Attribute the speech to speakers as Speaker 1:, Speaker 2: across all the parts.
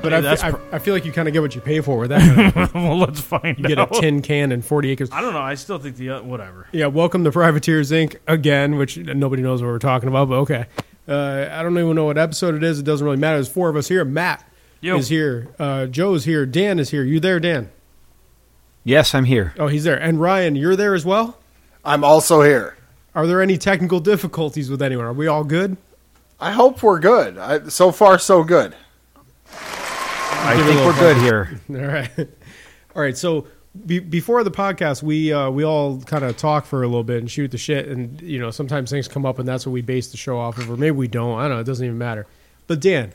Speaker 1: but
Speaker 2: Hey,
Speaker 1: I,
Speaker 2: that's
Speaker 1: fe- I,
Speaker 2: pr-
Speaker 1: I feel like you kind of get what you pay for with that. Kind of thing.
Speaker 2: well, let's find
Speaker 1: you get a
Speaker 2: out.
Speaker 1: tin can and forty acres.
Speaker 2: I don't know. I still think the uh, whatever.
Speaker 1: Yeah, welcome to Privateers Inc. again, which nobody knows what we're talking about, but okay. Uh, I don't even know what episode it is. It doesn't really matter. There's four of us here. Matt
Speaker 2: Yo.
Speaker 1: is here. Uh, Joe's here. Dan is here. You there, Dan?
Speaker 3: Yes, I'm here.
Speaker 1: Oh, he's there. And Ryan, you're there as well?
Speaker 4: I'm also here.
Speaker 1: Are there any technical difficulties with anyone? Are we all good?
Speaker 4: I hope we're good. I, so far, so good.
Speaker 3: I
Speaker 1: Give it a little
Speaker 3: think we're good here.
Speaker 1: All right. All right. So be, before the podcast, we uh, we all kind of talk for a little bit and shoot the shit, and you know sometimes things come up, and that's what we base the show off of, or maybe we don't. I don't know. It doesn't even matter. But Dan,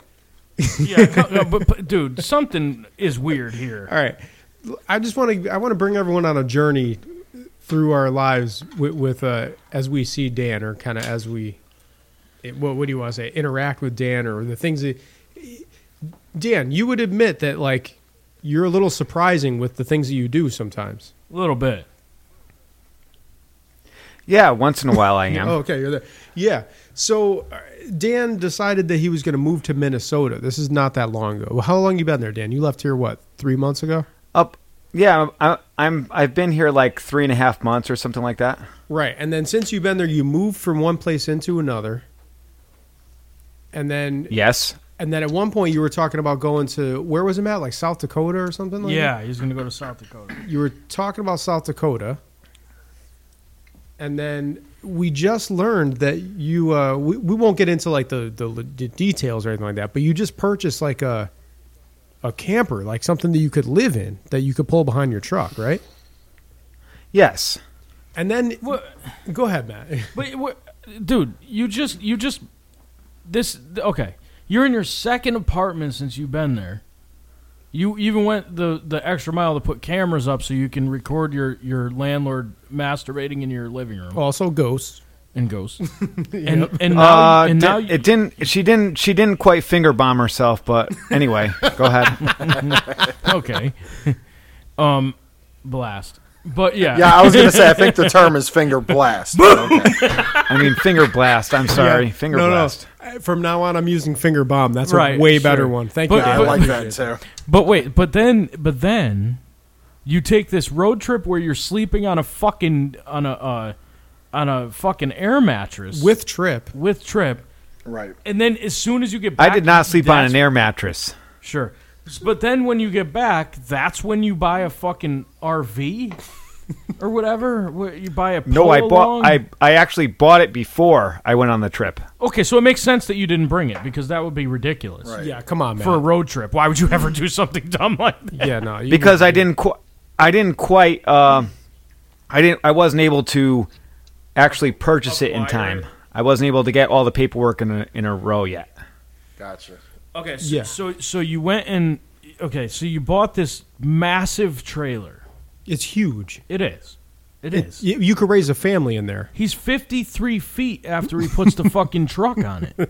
Speaker 2: Yeah, co- no, but, but dude, something is weird here.
Speaker 1: all right. I just want to I want to bring everyone on a journey through our lives with, with uh, as we see Dan, or kind of as we it- what what do you want to say interact with Dan, or the things that Dan, you would admit that like you're a little surprising with the things that you do sometimes.
Speaker 2: A little bit.
Speaker 3: Yeah, once in a while I am.
Speaker 1: Oh, okay, you're there. Yeah. So uh, Dan decided that he was going to move to Minnesota. This is not that long ago. Well, how long you been there, Dan? You left here what three months ago?
Speaker 3: Up. Yeah, I, I'm. I've been here like three and a half months or something like that.
Speaker 1: Right. And then since you've been there, you moved from one place into another. And then,
Speaker 3: Yes.
Speaker 1: and then at one point, you were talking about going to where was it at? Like South Dakota or something. Like
Speaker 2: Yeah, he's gonna go to South Dakota.
Speaker 1: That? You were talking about South Dakota. And then we just learned that you. Uh, we, we won't get into like the, the the details or anything like that, but you just purchased like a a camper, like something that you could live in, that you could pull behind your truck, right?
Speaker 3: Yes.
Speaker 1: And then,
Speaker 2: What?
Speaker 1: go ahead, Matt.
Speaker 2: But what, dude, you just you just this okay. You're in your second apartment since you've been there. You even went the the extra mile to put cameras up so you can record your your landlord masturbating in your living room
Speaker 1: also, ghosts.
Speaker 2: and ghosts. And
Speaker 1: Um,
Speaker 2: and now,
Speaker 3: Uh,
Speaker 2: and
Speaker 3: di-
Speaker 2: now you,
Speaker 3: it didn't. She didn't. She didn't quite finger bomb herself, but anyway, go ahead.
Speaker 2: okay. um blast. But yeah.
Speaker 4: Yeah, I was going to say, I think the term is finger blast. but okay.
Speaker 3: I mean, finger blast. I'm sorry, finger
Speaker 1: no,
Speaker 3: blast.
Speaker 1: no. Uh, From now on, I'm using finger bomb. That's
Speaker 2: Right,
Speaker 1: a way
Speaker 2: sure.
Speaker 1: better one. Thank you.
Speaker 2: But-
Speaker 4: Yeah, I
Speaker 1: Dan.
Speaker 4: like that too.
Speaker 2: But wait, but then, but then, you take this road trip where you're sleeping on a fucking on a uh, on a fucking air mattress
Speaker 1: with trip.
Speaker 2: with trip,
Speaker 4: Right.
Speaker 2: and then as soon as you get back,
Speaker 3: I did not sleep on an
Speaker 2: that's-
Speaker 3: air mattress.
Speaker 2: Sure, but then when you get back, that's when you buy a fucking RV or whatever. where You buy a
Speaker 3: No, Oh, I
Speaker 2: pull-along.
Speaker 3: bought. I I actually bought it before I went on the trip.
Speaker 2: okay, so it makes sense that you didn't bring it because that would be ridiculous
Speaker 4: Right.
Speaker 1: Yeah, come on, man.
Speaker 2: for a road trip. Why would you ever do something dumb like that?
Speaker 1: yeah, no. you-
Speaker 3: because I didn't qu- I didn't quite um I didn't I wasn't able to actually purchase it in
Speaker 2: Acquire
Speaker 3: time.
Speaker 2: it.
Speaker 3: I wasn't able to get all the paperwork in a, in a row yet.
Speaker 4: Gotcha.
Speaker 2: Okay, so,
Speaker 1: Yeah.
Speaker 2: so so you went and okay, so you bought this massive trailer.
Speaker 1: it's huge.
Speaker 2: It is. It is.
Speaker 1: You, you could raise a family in there.
Speaker 2: He's 53 feet after he puts the fucking truck on it.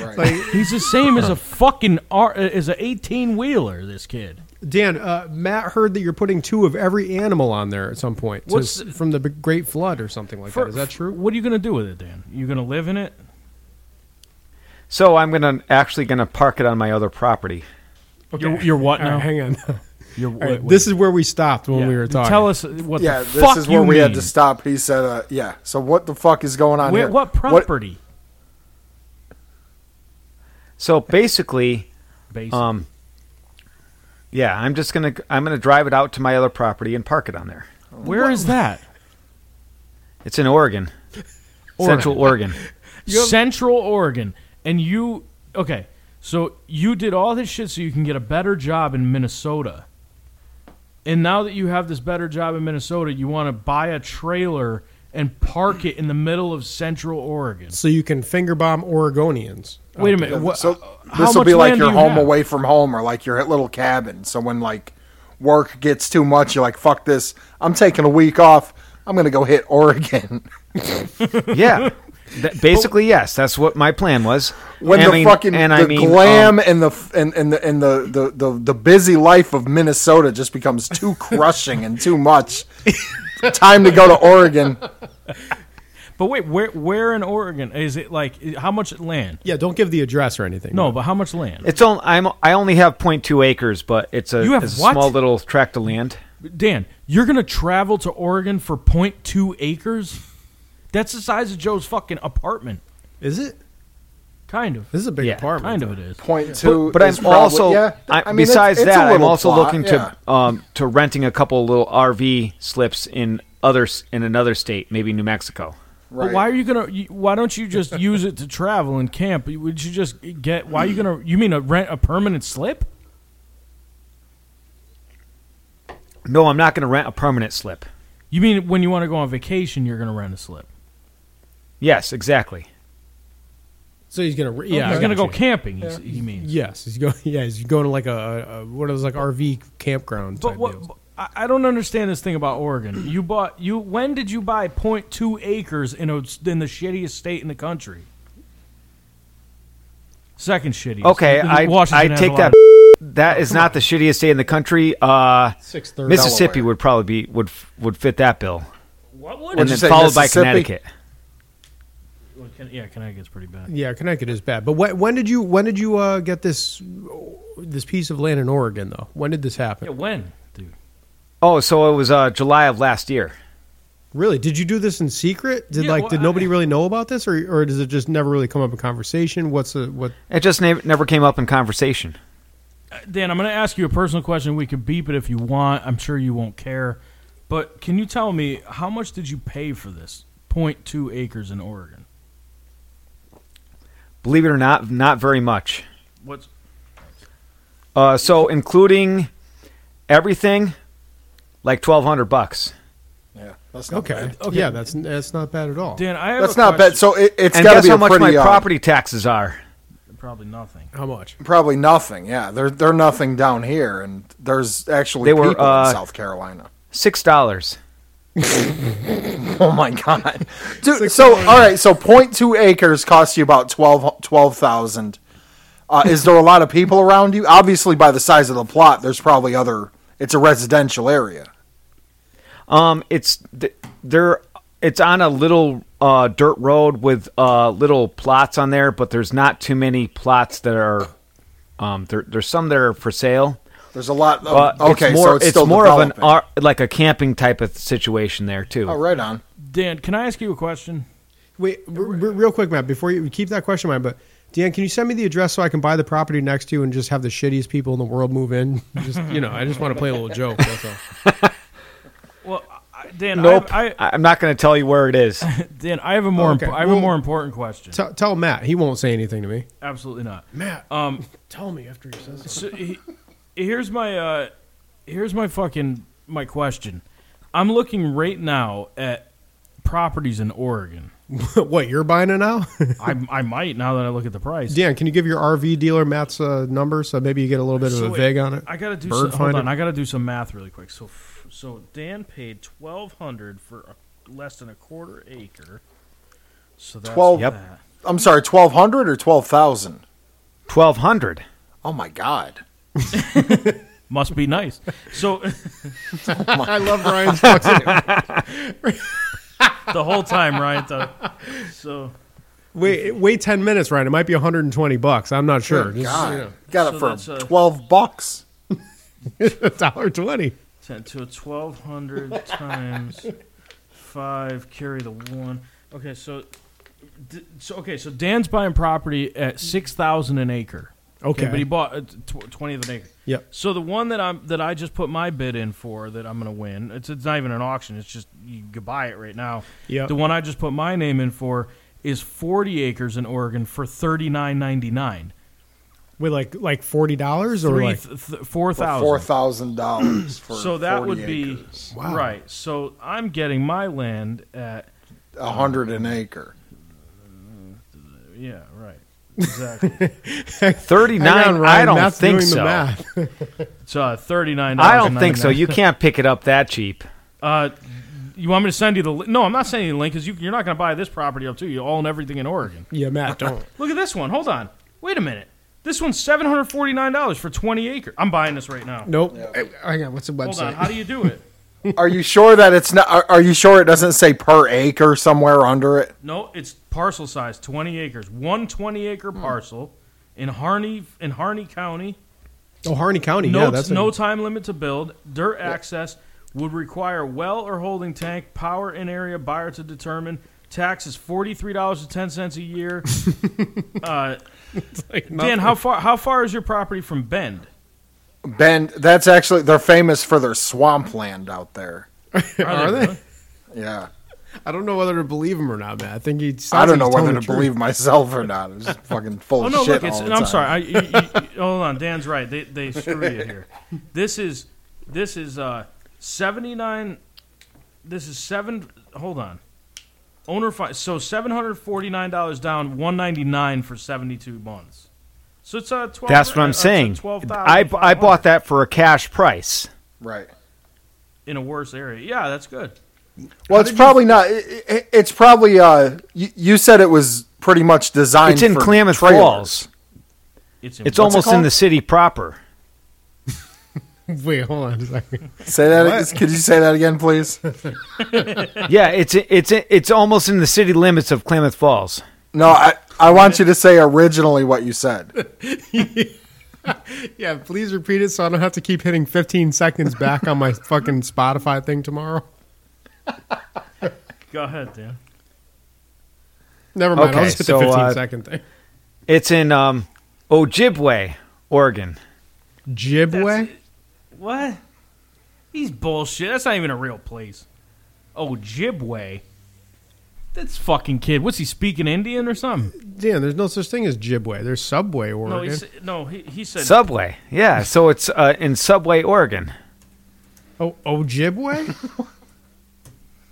Speaker 4: Right.
Speaker 2: He's the same as a fucking R, uh, as a 18 wheeler. This kid.
Speaker 1: Dan, uh, Matt heard that you're putting two of every animal on there at some point to-
Speaker 2: What's-
Speaker 1: from the big- Great Flood or something like that. Is that true?
Speaker 2: What are you gonna do with it, Dan? You gonna live in it?
Speaker 3: So I'm going to actually going to park it on my other property.
Speaker 2: You're, you're what
Speaker 1: All right,
Speaker 2: now?
Speaker 1: hang on.
Speaker 2: You're
Speaker 1: All right,
Speaker 2: what-
Speaker 1: this is where we stopped when
Speaker 2: yeah.
Speaker 1: we were talking.
Speaker 2: Tell us what.
Speaker 4: Yeah,
Speaker 2: the fuck
Speaker 4: this is where
Speaker 2: you
Speaker 4: we had
Speaker 2: mean.
Speaker 4: to stop. He said, uh, yeah. So what the fuck is going on
Speaker 2: Where-
Speaker 4: here?
Speaker 2: what property?
Speaker 3: So basically,
Speaker 2: Basically.
Speaker 3: um yeah, I'm just going to I'm going to drive it out to my other property and park it on there.
Speaker 2: Where is that?
Speaker 3: It's in Oregon. Central Oregon.
Speaker 2: Central Oregon, and you okay? So you did all this shit so you can get a better job in Minnesota, and now that you have this better job in Minnesota, you want to buy a trailer and park it in the middle of Central Oregon.
Speaker 1: so you can finger bomb Oregonians. Uh,
Speaker 2: Wait a
Speaker 4: Yeah,
Speaker 2: minute, what,
Speaker 4: so
Speaker 2: uh, how
Speaker 4: this will
Speaker 2: much
Speaker 4: be like
Speaker 2: land
Speaker 4: your
Speaker 2: do you
Speaker 4: home
Speaker 2: have?
Speaker 4: away from home or like your little cabin. So when like work gets too much, you're like, fuck this. I'm taking a week off. I'm going to go hit Oregon.
Speaker 3: Yeah. That- basically, yes, that's what my plan was.
Speaker 4: when
Speaker 3: And I
Speaker 4: the
Speaker 3: mean-
Speaker 4: fucking
Speaker 3: and
Speaker 4: the
Speaker 3: I mean, um,
Speaker 4: glam and the f- and and the and the, the the the busy life of Minnesota just becomes too crushing and too much. Time to go to Oregon.
Speaker 2: But wait, where where in Oregon is it? Like how much land?
Speaker 1: Yeah, don't give the address or anything.
Speaker 2: No, but how much land?
Speaker 3: It's only I'm I only have 0.2 acres, but it's a,
Speaker 2: You have
Speaker 3: it's a
Speaker 2: what?
Speaker 3: small little tract of land.
Speaker 2: Dan, you're gonna travel to Oregon for 0.2 acres? That's the size of Joe's fucking apartment.
Speaker 1: is it?
Speaker 2: Kind of.
Speaker 1: This is a big
Speaker 3: Yeah,
Speaker 1: apartment.
Speaker 2: Kind of it is.
Speaker 4: Point two,
Speaker 3: But I'm
Speaker 4: is probably-
Speaker 3: also
Speaker 4: yeah,
Speaker 3: I,
Speaker 4: mean, it's-
Speaker 3: besides
Speaker 4: it's a
Speaker 3: that, I'm
Speaker 4: little
Speaker 3: also
Speaker 4: plot,
Speaker 3: looking
Speaker 4: yeah.
Speaker 3: to um, to renting a couple little RV slips in others in another state, maybe New Mexico.
Speaker 2: But why are you gonna? you- Why don't you just use it to travel and camp? Would you just get? Why are you gonna? You mean a rent a permanent slip?
Speaker 3: No, I'm not going to rent a permanent slip.
Speaker 2: You mean when you want to go on vacation, you're gonna rent a slip?
Speaker 3: Yes, exactly.
Speaker 1: So he's gonna. Yeah,
Speaker 2: he's
Speaker 1: I
Speaker 2: gonna
Speaker 1: got
Speaker 2: go
Speaker 1: you.
Speaker 2: camping. he's- He means.
Speaker 1: Yes, he's going. Yeah, he's going to like a, a what is like RV campground.
Speaker 2: But
Speaker 1: type
Speaker 2: what?
Speaker 1: deals.
Speaker 2: but I I don't understand this thing about Oregon. You bought you. When did you buy 0.2 acres in a, in the shittiest state in the country? Second shittiest.
Speaker 3: Okay, I I
Speaker 2: Washington has a
Speaker 3: take
Speaker 2: lot
Speaker 3: that.
Speaker 2: of-
Speaker 3: That is not the shittiest state in the country. Uh,
Speaker 1: Six thirty.
Speaker 3: Mississippi
Speaker 4: Delaware.
Speaker 3: would probably be would would fit that bill,
Speaker 2: What would?
Speaker 3: and
Speaker 4: you
Speaker 3: then
Speaker 4: say,
Speaker 3: followed by
Speaker 4: Mississippi?
Speaker 3: Connecticut.
Speaker 2: Well, Ken- yeah, Connecticut's pretty bad.
Speaker 1: Yeah, Connecticut is bad. But when, when did you when did you uh, get this this piece of land in Oregon though? When did this happen?
Speaker 2: Yeah, when, dude?
Speaker 3: Oh, so it was uh, July of last year.
Speaker 1: Really? Did you do this in secret? Did
Speaker 2: Yeah,
Speaker 1: like
Speaker 2: well,
Speaker 1: did
Speaker 2: I-
Speaker 1: nobody really know about this, or or does it just never really come up in conversation? What's the what?
Speaker 3: It just na- never came up in conversation.
Speaker 2: Dan, I'm going to ask you a personal question. We can beep it if you want. I'm sure you won't care. But can you tell me how much did you pay for this 0.2 acres in Oregon?
Speaker 3: Believe it or not, not very much.
Speaker 2: What's
Speaker 3: Uh, so including everything, like twelve hundred bucks.
Speaker 4: Yeah, that's not
Speaker 1: uh, Okay.
Speaker 4: bad.
Speaker 2: Okay.
Speaker 1: Yeah, that's that's not bad at all.
Speaker 2: Dan? I have
Speaker 4: That's
Speaker 2: a
Speaker 4: not bad.
Speaker 2: question.
Speaker 4: So it, it's
Speaker 3: And
Speaker 4: got to
Speaker 3: guess
Speaker 4: be
Speaker 3: how
Speaker 4: a
Speaker 3: much
Speaker 4: pretty,
Speaker 3: my
Speaker 4: uh,
Speaker 3: property taxes are?
Speaker 2: Probably nothing.
Speaker 1: How much?
Speaker 4: probably nothing. Yeah, they're they're nothing down here, and there's actually
Speaker 3: They were,
Speaker 4: people
Speaker 3: uh,
Speaker 4: in South Carolina.
Speaker 3: Six dollars.
Speaker 4: Oh my god, dude! so all right, so 0.2 acres cost you about twelve twelve thousand. Uh, is there a lot of people around you? Obviously, by the size of the plot, there's probably other. It's a residential area.
Speaker 3: Um, it's th- there. It's on a little uh, dirt road with uh, little plots on there, but there's not too many plots that are. Um, there, there's some that are for sale.
Speaker 4: There's a lot. Of,
Speaker 3: But
Speaker 4: Oh, okay,
Speaker 3: it's more,
Speaker 4: so it's, still
Speaker 3: more of an
Speaker 4: developing.
Speaker 3: ar- like a camping type of situation there too.
Speaker 4: Oh, right on.
Speaker 2: Dan, can I ask you a question?
Speaker 1: Wait, r- r- real quick, Matt. Before you keep that question in mind, but Dan, can you send me the address so I can buy the property next to you and just have the shittiest people in the world move in? Just you know, I just want to play a little joke. That's all.
Speaker 2: Well, I, Dan,
Speaker 3: Nope.
Speaker 2: I,
Speaker 3: I,
Speaker 2: have,
Speaker 3: am not going to tell you where it is.
Speaker 2: I, Dan, I have a more,
Speaker 1: Okay,
Speaker 2: impo- I have
Speaker 1: well-
Speaker 2: a more important question.
Speaker 1: Tell tell Matt. He won't say anything to me.
Speaker 2: Absolutely not.
Speaker 1: Matt,
Speaker 2: Um,
Speaker 1: tell me after he says.
Speaker 2: so he, here's my uh here's my fucking my question i'm looking right now at properties in oregon
Speaker 1: what you're buying it now?
Speaker 2: I, I might now that i look at the price
Speaker 1: Dan, can you give your RV dealer Matt's uh, number so maybe you get a little bit of
Speaker 2: So
Speaker 1: a
Speaker 2: wait,
Speaker 1: vig on it?
Speaker 2: i gotta do
Speaker 1: Bird
Speaker 2: some, hold
Speaker 1: finder?
Speaker 2: on i gotta do some math really quick so f- so dan paid 1200 for a, less than a quarter acre so that's
Speaker 4: 12
Speaker 3: Yep.
Speaker 2: that.
Speaker 4: I'm sorry, twelve hundred or twelve thousand?
Speaker 3: Twelve hundred.
Speaker 4: Oh my god.
Speaker 2: must be nice so
Speaker 1: I love Ryan's fucking.
Speaker 2: the whole time ryan thought so
Speaker 1: wait, wait ten minutes, Ryan. It might be 120 bucks. I'm not sure.
Speaker 4: Good
Speaker 1: Just,
Speaker 4: god,
Speaker 1: you know,
Speaker 4: got
Speaker 2: So
Speaker 4: it
Speaker 2: that's,
Speaker 4: for
Speaker 2: uh,
Speaker 4: twelve bucks.
Speaker 1: dollar twenty.
Speaker 2: 10 to 1200 times 5 carry the 1 okay so d- so okay so dan's buying property at 6000 an acre
Speaker 1: Okay.
Speaker 2: but he bought uh, tw- 20 of an acre
Speaker 1: Yep.
Speaker 2: so the one that i'm that i just put my bid in for that i'm gonna win it's, it's not even an auction it's just you could buy it right now
Speaker 1: Yep.
Speaker 2: the one i just put my name in for is 40 acres in oregon for 39.99
Speaker 1: With like like forty dollars or
Speaker 2: Three
Speaker 1: like
Speaker 2: th- th- 4000
Speaker 4: Four thousand dollars for
Speaker 2: so that
Speaker 4: 40
Speaker 2: would be
Speaker 4: acres.
Speaker 1: Wow.
Speaker 2: right. So I'm getting my land at
Speaker 4: a hundred an acre.
Speaker 2: yeah, right. Exactly.
Speaker 3: Thirty
Speaker 1: Hang on,
Speaker 3: nine. I
Speaker 1: Ryan,
Speaker 3: don't
Speaker 1: Matt's
Speaker 3: think
Speaker 1: doing the
Speaker 3: so.
Speaker 1: math.
Speaker 2: it's uh, thirty nine.
Speaker 3: I don't think so. You can't pick it up that cheap.
Speaker 2: Uh, you want me to send you the? Li- no, I'm not sending you the link because you, you're not going to buy this property up too. You own everything in Oregon.
Speaker 1: Yeah, Matt, don't.
Speaker 2: Look at this one. Hold on. Wait a minute. This one's seven hundred forty nine dollars for twenty acre. I'm buying this right now.
Speaker 1: Nope. Hang on. What's the
Speaker 2: Hold on.
Speaker 1: website?
Speaker 2: How do you do it?
Speaker 4: Are you sure that it's not? Are, are you sure it doesn't say per acre somewhere under it?
Speaker 2: No, it's parcel size, 20 acres. One 20 acre parcel in Harney in Harney County.
Speaker 1: Oh, Harney County.
Speaker 2: No,
Speaker 1: yeah, that's a-
Speaker 2: no time limit to build. Dirt access would require well or holding tank, power in area buyer to determine. Tax is forty three dollars and ten cents a year. uh,
Speaker 1: like
Speaker 2: Dan,
Speaker 1: nothing.
Speaker 2: how far how far is your property from Bend?
Speaker 4: Ben, that's actually they're famous for their swampland out there.
Speaker 1: Are they?
Speaker 2: really?
Speaker 4: Yeah,
Speaker 1: I don't know whether to believe him or not, man. I think he. sounds
Speaker 4: I
Speaker 1: like
Speaker 4: don't know
Speaker 1: he's telling
Speaker 4: whether
Speaker 1: the
Speaker 4: to
Speaker 1: truth.
Speaker 4: believe myself or not. I'm just fucking full
Speaker 2: Oh
Speaker 4: of
Speaker 2: no!
Speaker 4: shit
Speaker 2: Look, it's,
Speaker 4: all
Speaker 2: and
Speaker 4: the
Speaker 2: I'm
Speaker 4: time.
Speaker 2: sorry. I, you, you- you- hold on, Dan's right. They they screw you here. This is this is uh, seventy nine. This is seven. Hold on. Owner fi- so seven hundred forty nine dollars down, one ninety nine for seventy two months. So it's uh, twelve.
Speaker 3: That's what
Speaker 2: uh,
Speaker 3: I'm
Speaker 2: it's, uh,
Speaker 3: saying.
Speaker 2: 12,500
Speaker 3: I, I bought that for a cash price.
Speaker 4: Right.
Speaker 2: in a worse area. Yeah, that's good.
Speaker 4: Well, it's probably not. It, it, it's probably. Uh, you, you said it was pretty much designed.
Speaker 3: It's in
Speaker 4: for
Speaker 3: Klamath
Speaker 4: trailers.
Speaker 3: Falls.
Speaker 2: It's in
Speaker 3: It's almost in
Speaker 4: called?
Speaker 3: the city proper.
Speaker 1: Wait, hold on a second.
Speaker 4: Say that. Could you say that again, please?
Speaker 3: yeah, it's it's it's almost in the city limits of Klamath Falls.
Speaker 4: No, I, I want you to say originally what you said.
Speaker 1: Yeah, please repeat it so I don't have to keep hitting 15 seconds back on my fucking Spotify thing tomorrow.
Speaker 2: Go ahead, Dan.
Speaker 1: Never mind. I'll
Speaker 3: Okay,
Speaker 1: just hit
Speaker 3: so,
Speaker 1: the 15
Speaker 3: uh,
Speaker 1: second thing.
Speaker 3: It's in um, Ojibwe, Oregon.
Speaker 1: Jibway?
Speaker 2: What? He's bullshit. That's not even a real place. Ojibwe. That's fucking kid. What's he speaking Indian or something?
Speaker 1: Dan, there's no such thing as Jibway. There's Subway Oregon.
Speaker 2: No, he sa- no. He, he said
Speaker 3: Subway. Yeah, so it's uh, in Subway, Oregon.
Speaker 1: oh, Ojibwe?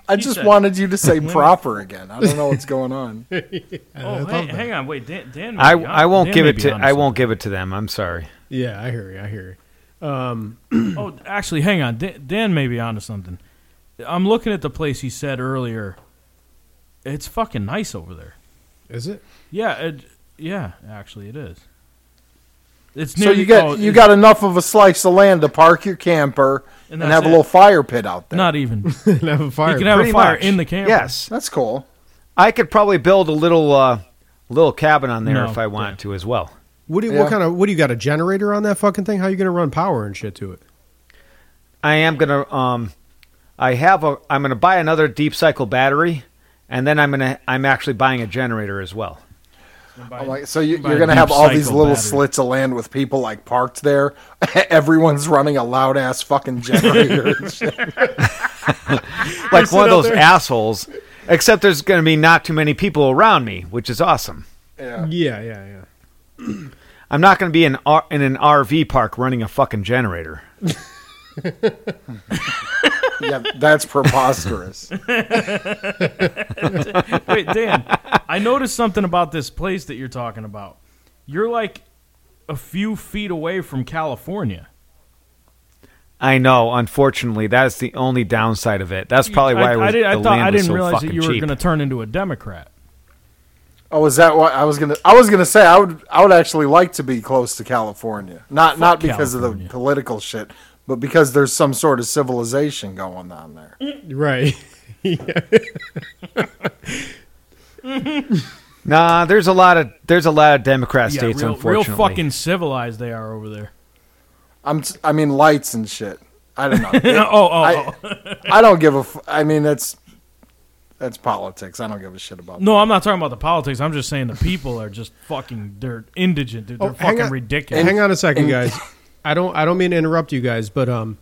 Speaker 4: I
Speaker 2: You
Speaker 4: just
Speaker 2: said-
Speaker 4: wanted you to say proper again. I don't know what's going on.
Speaker 2: Oh,
Speaker 1: thought
Speaker 2: hey,
Speaker 1: that.
Speaker 2: hang on, wait, Dan. Dan may
Speaker 3: I,
Speaker 2: be on-
Speaker 3: I won't
Speaker 2: Dan
Speaker 3: give
Speaker 2: may
Speaker 3: it
Speaker 2: be
Speaker 3: to
Speaker 2: on
Speaker 3: I
Speaker 2: to
Speaker 3: won't give it to them. I'm sorry.
Speaker 1: yeah, I hear you. I hear Um,
Speaker 2: something. Oh, actually, hang on. Dan, Dan may be onto something. I'm looking at the place he said earlier. It's fucking nice over there.
Speaker 1: you. Is it?
Speaker 2: Yeah, it, yeah. Actually, it is. It's near
Speaker 4: So you
Speaker 2: the- oh,
Speaker 4: got you
Speaker 2: it's
Speaker 4: got enough of a slice of land to park your camper
Speaker 2: And
Speaker 4: and,
Speaker 2: that's
Speaker 4: have
Speaker 2: it.
Speaker 4: a little fire pit out there.
Speaker 2: not even.
Speaker 1: Didn't have a fire.
Speaker 2: You can have
Speaker 3: Pretty
Speaker 2: a fire
Speaker 3: much.
Speaker 2: in the camper.
Speaker 3: Yes,
Speaker 4: That's cool.
Speaker 3: I could probably build a little uh, little cabin on there
Speaker 2: No,
Speaker 3: if I want to as well.
Speaker 1: what, do you,
Speaker 4: Yeah.
Speaker 1: what kind of? What do you got? A generator on that fucking thing? How you gonna run power and shit to it?
Speaker 3: I am gonna um, I have a I'm gonna buy another deep cycle battery, and then I'm gonna I'm actually buying a generator as well.
Speaker 4: I'm like, so you,
Speaker 2: by
Speaker 4: you're
Speaker 2: a
Speaker 4: gonna
Speaker 2: deep
Speaker 4: have all these
Speaker 2: cycle
Speaker 4: little
Speaker 2: battery.
Speaker 4: slits of land with people like parked there. Everyone's running a loud ass fucking generator. and shit.
Speaker 3: Like one
Speaker 1: out
Speaker 3: of those
Speaker 1: there.
Speaker 3: assholes. Except there's gonna be not too many people around me, which is awesome.
Speaker 4: Yeah.
Speaker 1: Yeah, yeah, yeah.
Speaker 3: I'm not going to be in, R- in an RV park running a fucking generator.
Speaker 4: yeah, that's preposterous.
Speaker 2: Wait, Dan, I noticed something about this place that you're talking about. You're like a few feet away from California.
Speaker 3: I know. Unfortunately, that's the only downside of it. That's probably why
Speaker 2: I,
Speaker 3: it was,
Speaker 2: I, did, I
Speaker 3: the
Speaker 2: thought
Speaker 3: land
Speaker 2: I
Speaker 3: was
Speaker 2: didn't
Speaker 3: so
Speaker 2: realize that
Speaker 3: fucking
Speaker 2: you were
Speaker 3: cheap.
Speaker 2: going to turn into a Democrat.
Speaker 4: Oh, is that what I was gonna? I was gonna say I would. I would actually like to be close to California, not not because of
Speaker 2: California.
Speaker 4: the political shit, but because there's some sort of civilization going on there.
Speaker 1: Right.
Speaker 3: Nah, there's a lot of there's a lot of Democrat
Speaker 2: Yeah,
Speaker 3: states.
Speaker 2: real, real
Speaker 3: unfortunately,
Speaker 2: fucking civilized they are over there.
Speaker 4: I'm. T- I mean, lights and shit. I don't know.
Speaker 2: oh, oh, oh.
Speaker 4: I, I don't give a. F- I mean, that's that's politics. I don't give a shit about.
Speaker 2: no, I'm not talking about the politics. I'm just saying the people are just fucking. They're indigent. Dude. They're
Speaker 1: Oh, hang
Speaker 2: fucking
Speaker 1: on.
Speaker 2: ridiculous.
Speaker 1: Hang on a second,
Speaker 4: and-
Speaker 1: guys. I don't I don't mean to interrupt you guys, but um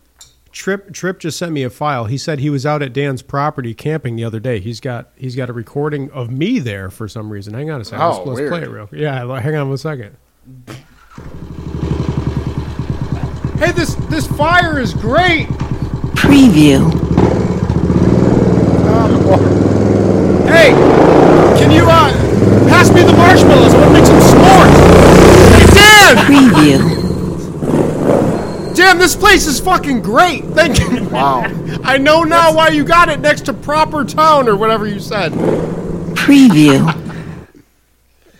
Speaker 1: Trip Trip just sent me a file. He said he was out at Dan's property camping the other day. He's got he's got a recording of me there for some reason. Hang on a second.
Speaker 4: Oh,
Speaker 1: let's let's play it
Speaker 4: weird.
Speaker 1: real quick. Yeah, l- hang on one second. Hey, this this fire is great.
Speaker 5: Preview.
Speaker 1: Oh, Hey, can you uh pass me the marshmallows? I want to make some s'mores. Dan,
Speaker 5: Preview.
Speaker 1: Dan, this place is fucking great. Thank you.
Speaker 4: Wow.
Speaker 1: I know now why you got it next to proper town or whatever you said.
Speaker 5: Preview.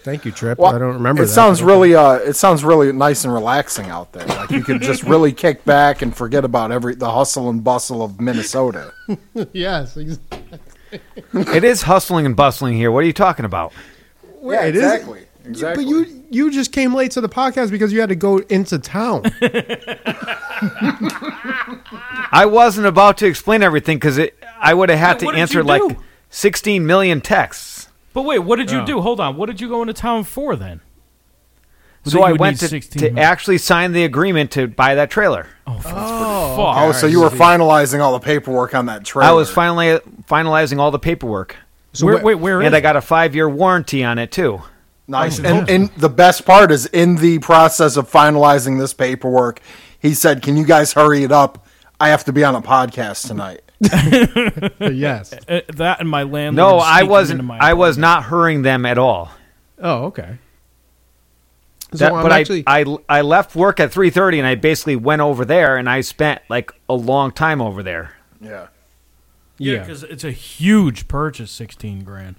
Speaker 1: Thank you, Trip.
Speaker 4: Well,
Speaker 1: I don't remember.
Speaker 4: It
Speaker 1: that.
Speaker 4: sounds really, uh, it sounds really nice and relaxing out there. Like you could just really kick back and forget about every the hustle and bustle of Minnesota.
Speaker 1: yes. ex-
Speaker 3: it is hustling and bustling here. What are you talking about?
Speaker 4: yeah,
Speaker 1: it is-
Speaker 4: exactly. Exactly.
Speaker 1: But you you just came late to the podcast because you had to go into town.
Speaker 3: I wasn't about to explain everything because I would have had
Speaker 2: Yeah, what
Speaker 3: to
Speaker 2: did
Speaker 3: answer
Speaker 2: you
Speaker 3: like
Speaker 2: do?
Speaker 3: 16 million texts.
Speaker 2: But wait, what did you do? Hold on. What did you go into town for then?
Speaker 3: So
Speaker 2: you
Speaker 3: I
Speaker 2: would
Speaker 3: went
Speaker 2: need
Speaker 3: to,
Speaker 2: 16
Speaker 3: to
Speaker 2: million.
Speaker 3: actually sign the agreement to buy that trailer.
Speaker 2: Oh, Fuck.
Speaker 4: oh, so you were finalizing all the paperwork on that trailer.
Speaker 3: I was finally finalizing all the paperwork,
Speaker 1: So
Speaker 2: where,
Speaker 1: wh-
Speaker 2: wait, where is
Speaker 3: and I got a five-year warranty on it too.
Speaker 4: Nice. and, and the best part is in the process of finalizing this paperwork, he said, Can you guys hurry it up? I have to be on a podcast tonight.
Speaker 1: yes.
Speaker 2: Uh, that and my landlord?
Speaker 3: No, I
Speaker 2: sneaking
Speaker 3: wasn't.
Speaker 2: into my
Speaker 3: I was not hurrying them at all.
Speaker 1: Oh, okay. So
Speaker 3: That-
Speaker 1: I'm
Speaker 3: but
Speaker 1: actually
Speaker 3: I, I I left work at three thirty, and I basically went over there, and I spent like a long time over there.
Speaker 4: Yeah.
Speaker 2: Yeah,
Speaker 1: yeah.
Speaker 2: because it's a huge purchase, sixteen grand.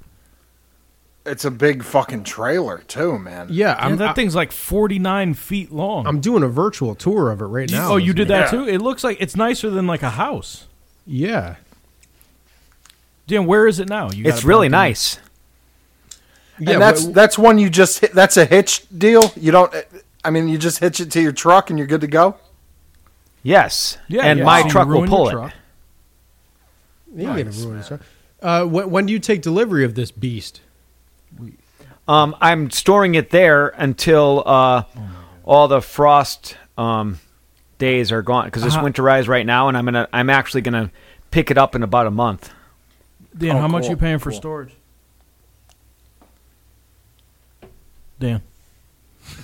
Speaker 4: It's a big fucking trailer, too, man.
Speaker 1: Yeah, I'm,
Speaker 2: Yeah, that
Speaker 1: I-
Speaker 2: thing's like forty nine feet long.
Speaker 1: I'm doing a virtual tour of it right
Speaker 2: You-
Speaker 1: now.
Speaker 2: oh, you did that
Speaker 4: Yeah.
Speaker 2: too. It looks like it's nicer than like a house.
Speaker 1: Yeah.
Speaker 2: Damn, where is it now? You
Speaker 3: It's
Speaker 2: gotta
Speaker 3: really
Speaker 2: put it in-
Speaker 3: nice.
Speaker 1: Yeah,
Speaker 4: and that's
Speaker 1: but-
Speaker 4: that's one you just hit. That's a hitch deal. You don't. I mean, you just hitch it to your truck and you're good to go.
Speaker 3: Yes,
Speaker 2: Yeah,
Speaker 3: and
Speaker 2: yeah.
Speaker 3: my
Speaker 2: So you
Speaker 3: truck will
Speaker 2: ruin your
Speaker 3: pull it.
Speaker 2: truck.
Speaker 1: you ain't gonna ruin this, huh? Uh, wh- when do you take delivery of this beast?
Speaker 3: Um, I'm storing it there until
Speaker 2: Oh,
Speaker 3: uh, all the frost um, days are gone because it's
Speaker 2: Uh-huh.
Speaker 3: winterized right now, and I'm gonna I'm actually gonna pick it up in about a month.
Speaker 2: Dan,
Speaker 4: Oh,
Speaker 2: how much
Speaker 4: cool,
Speaker 2: you paying for
Speaker 4: cool.
Speaker 2: storage? Dan,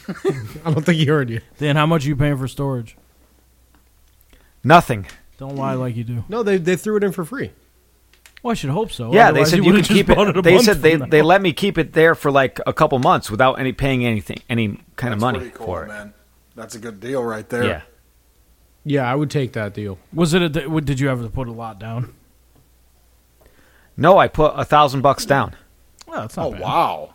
Speaker 1: I don't think he heard you.
Speaker 2: Dan, how much you paying for storage?
Speaker 3: Nothing.
Speaker 2: Don't lie like you do.
Speaker 1: No, they, they threw it in for free.
Speaker 2: Well, I should hope so.
Speaker 3: yeah, they
Speaker 2: Otherwise,
Speaker 3: said you
Speaker 2: would've
Speaker 3: can
Speaker 2: just
Speaker 3: keep
Speaker 2: bought
Speaker 3: it.
Speaker 2: a
Speaker 3: They
Speaker 2: month
Speaker 3: said
Speaker 2: from
Speaker 3: they
Speaker 2: now.
Speaker 3: they let me keep it there for like a couple months without any paying anything any kind of money for it.
Speaker 4: man. That's a good deal right there.
Speaker 3: Yeah.
Speaker 1: Yeah, I would take that deal.
Speaker 2: Was it? A, did you have to put a lot down?
Speaker 3: No, I put a thousand bucks down.
Speaker 2: Well, that's not
Speaker 4: Oh
Speaker 2: bad.
Speaker 4: wow,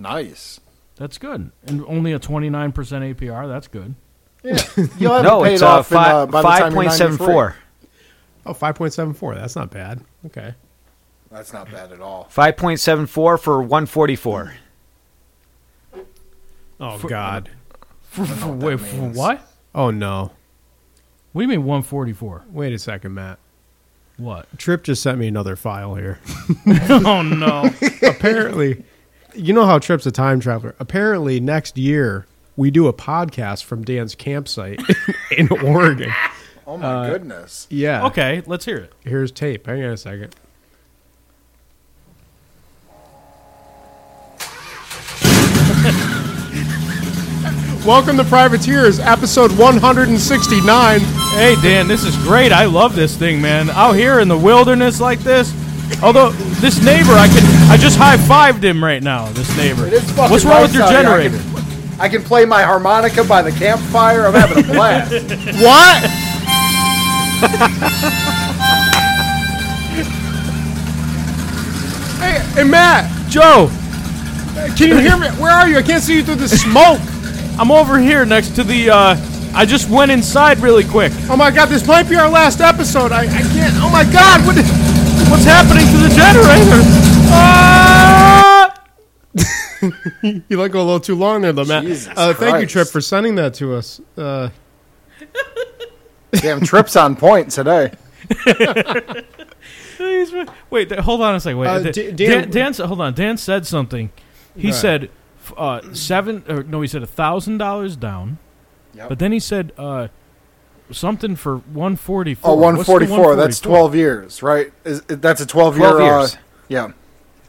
Speaker 4: nice.
Speaker 2: That's good. And only a 29% APR. That's good.
Speaker 4: You'll have
Speaker 3: No,
Speaker 4: it paid
Speaker 3: it's uh,
Speaker 4: off in,
Speaker 3: fi-
Speaker 4: uh, by the time
Speaker 3: five
Speaker 4: you're
Speaker 3: point seven
Speaker 4: 93.
Speaker 3: four.
Speaker 1: Oh, 5.74. That's not bad. Okay.
Speaker 4: That's not bad at all.
Speaker 3: Five point seven four for one forty four.
Speaker 1: Oh, God.
Speaker 2: For, for,
Speaker 4: what that
Speaker 2: wait, for
Speaker 4: means.
Speaker 2: what?
Speaker 1: Oh, no.
Speaker 2: What do you mean 144?
Speaker 1: Wait a second, Matt.
Speaker 2: What?
Speaker 1: Trip just sent me another file here.
Speaker 2: oh, no.
Speaker 1: Apparently, you know how Trip's a time traveler. Apparently, next year, we do a podcast from Dan's campsite in Oregon.
Speaker 4: Oh my goodness.
Speaker 1: Yeah.
Speaker 2: Okay, let's hear it.
Speaker 1: Here's tape. Hang on a second. Welcome to Privateers, episode 169.
Speaker 2: Hey, Dan, this is great. I love this thing, man. Out here in the wilderness like this. Although, this neighbor, I could, I just high fived him right now, this neighbor.
Speaker 4: It is fucking
Speaker 2: What's wrong with
Speaker 4: nice
Speaker 2: your
Speaker 4: out here.
Speaker 2: generator?
Speaker 4: I can, I can play my harmonica by the campfire. I'm having a blast.
Speaker 2: What?
Speaker 1: Hey, hey, Matt,
Speaker 2: Joe,
Speaker 1: can you hear me? Where are you? I can't see you through the smoke.
Speaker 2: I'm over here next to the. Uh, I just went inside really quick.
Speaker 1: Oh my god, this might be our last episode. I, I can't. Oh my god, what?
Speaker 2: What's happening to the generator? Ah!
Speaker 1: You let go a little too long there, though, Matt.
Speaker 4: Jesus
Speaker 1: uh, thank you,
Speaker 4: Christ.
Speaker 1: Trip, for sending that to us. Uh,
Speaker 4: Damn, trips on point today.
Speaker 2: He's- Wait, th- hold on a second. Wait,
Speaker 1: Uh,
Speaker 2: Th-
Speaker 1: D- Dan-
Speaker 2: Dan, Dan sa- hold on. Dan said something. He said f- uh, seven. Or no, he said a thousand dollars down.
Speaker 4: Yep.
Speaker 2: But then he said uh, something for one forty four.
Speaker 4: Oh, 144. That's 12 years, right? Is, that's a 12 year.
Speaker 3: 12
Speaker 4: Uh,
Speaker 3: years.
Speaker 4: yeah.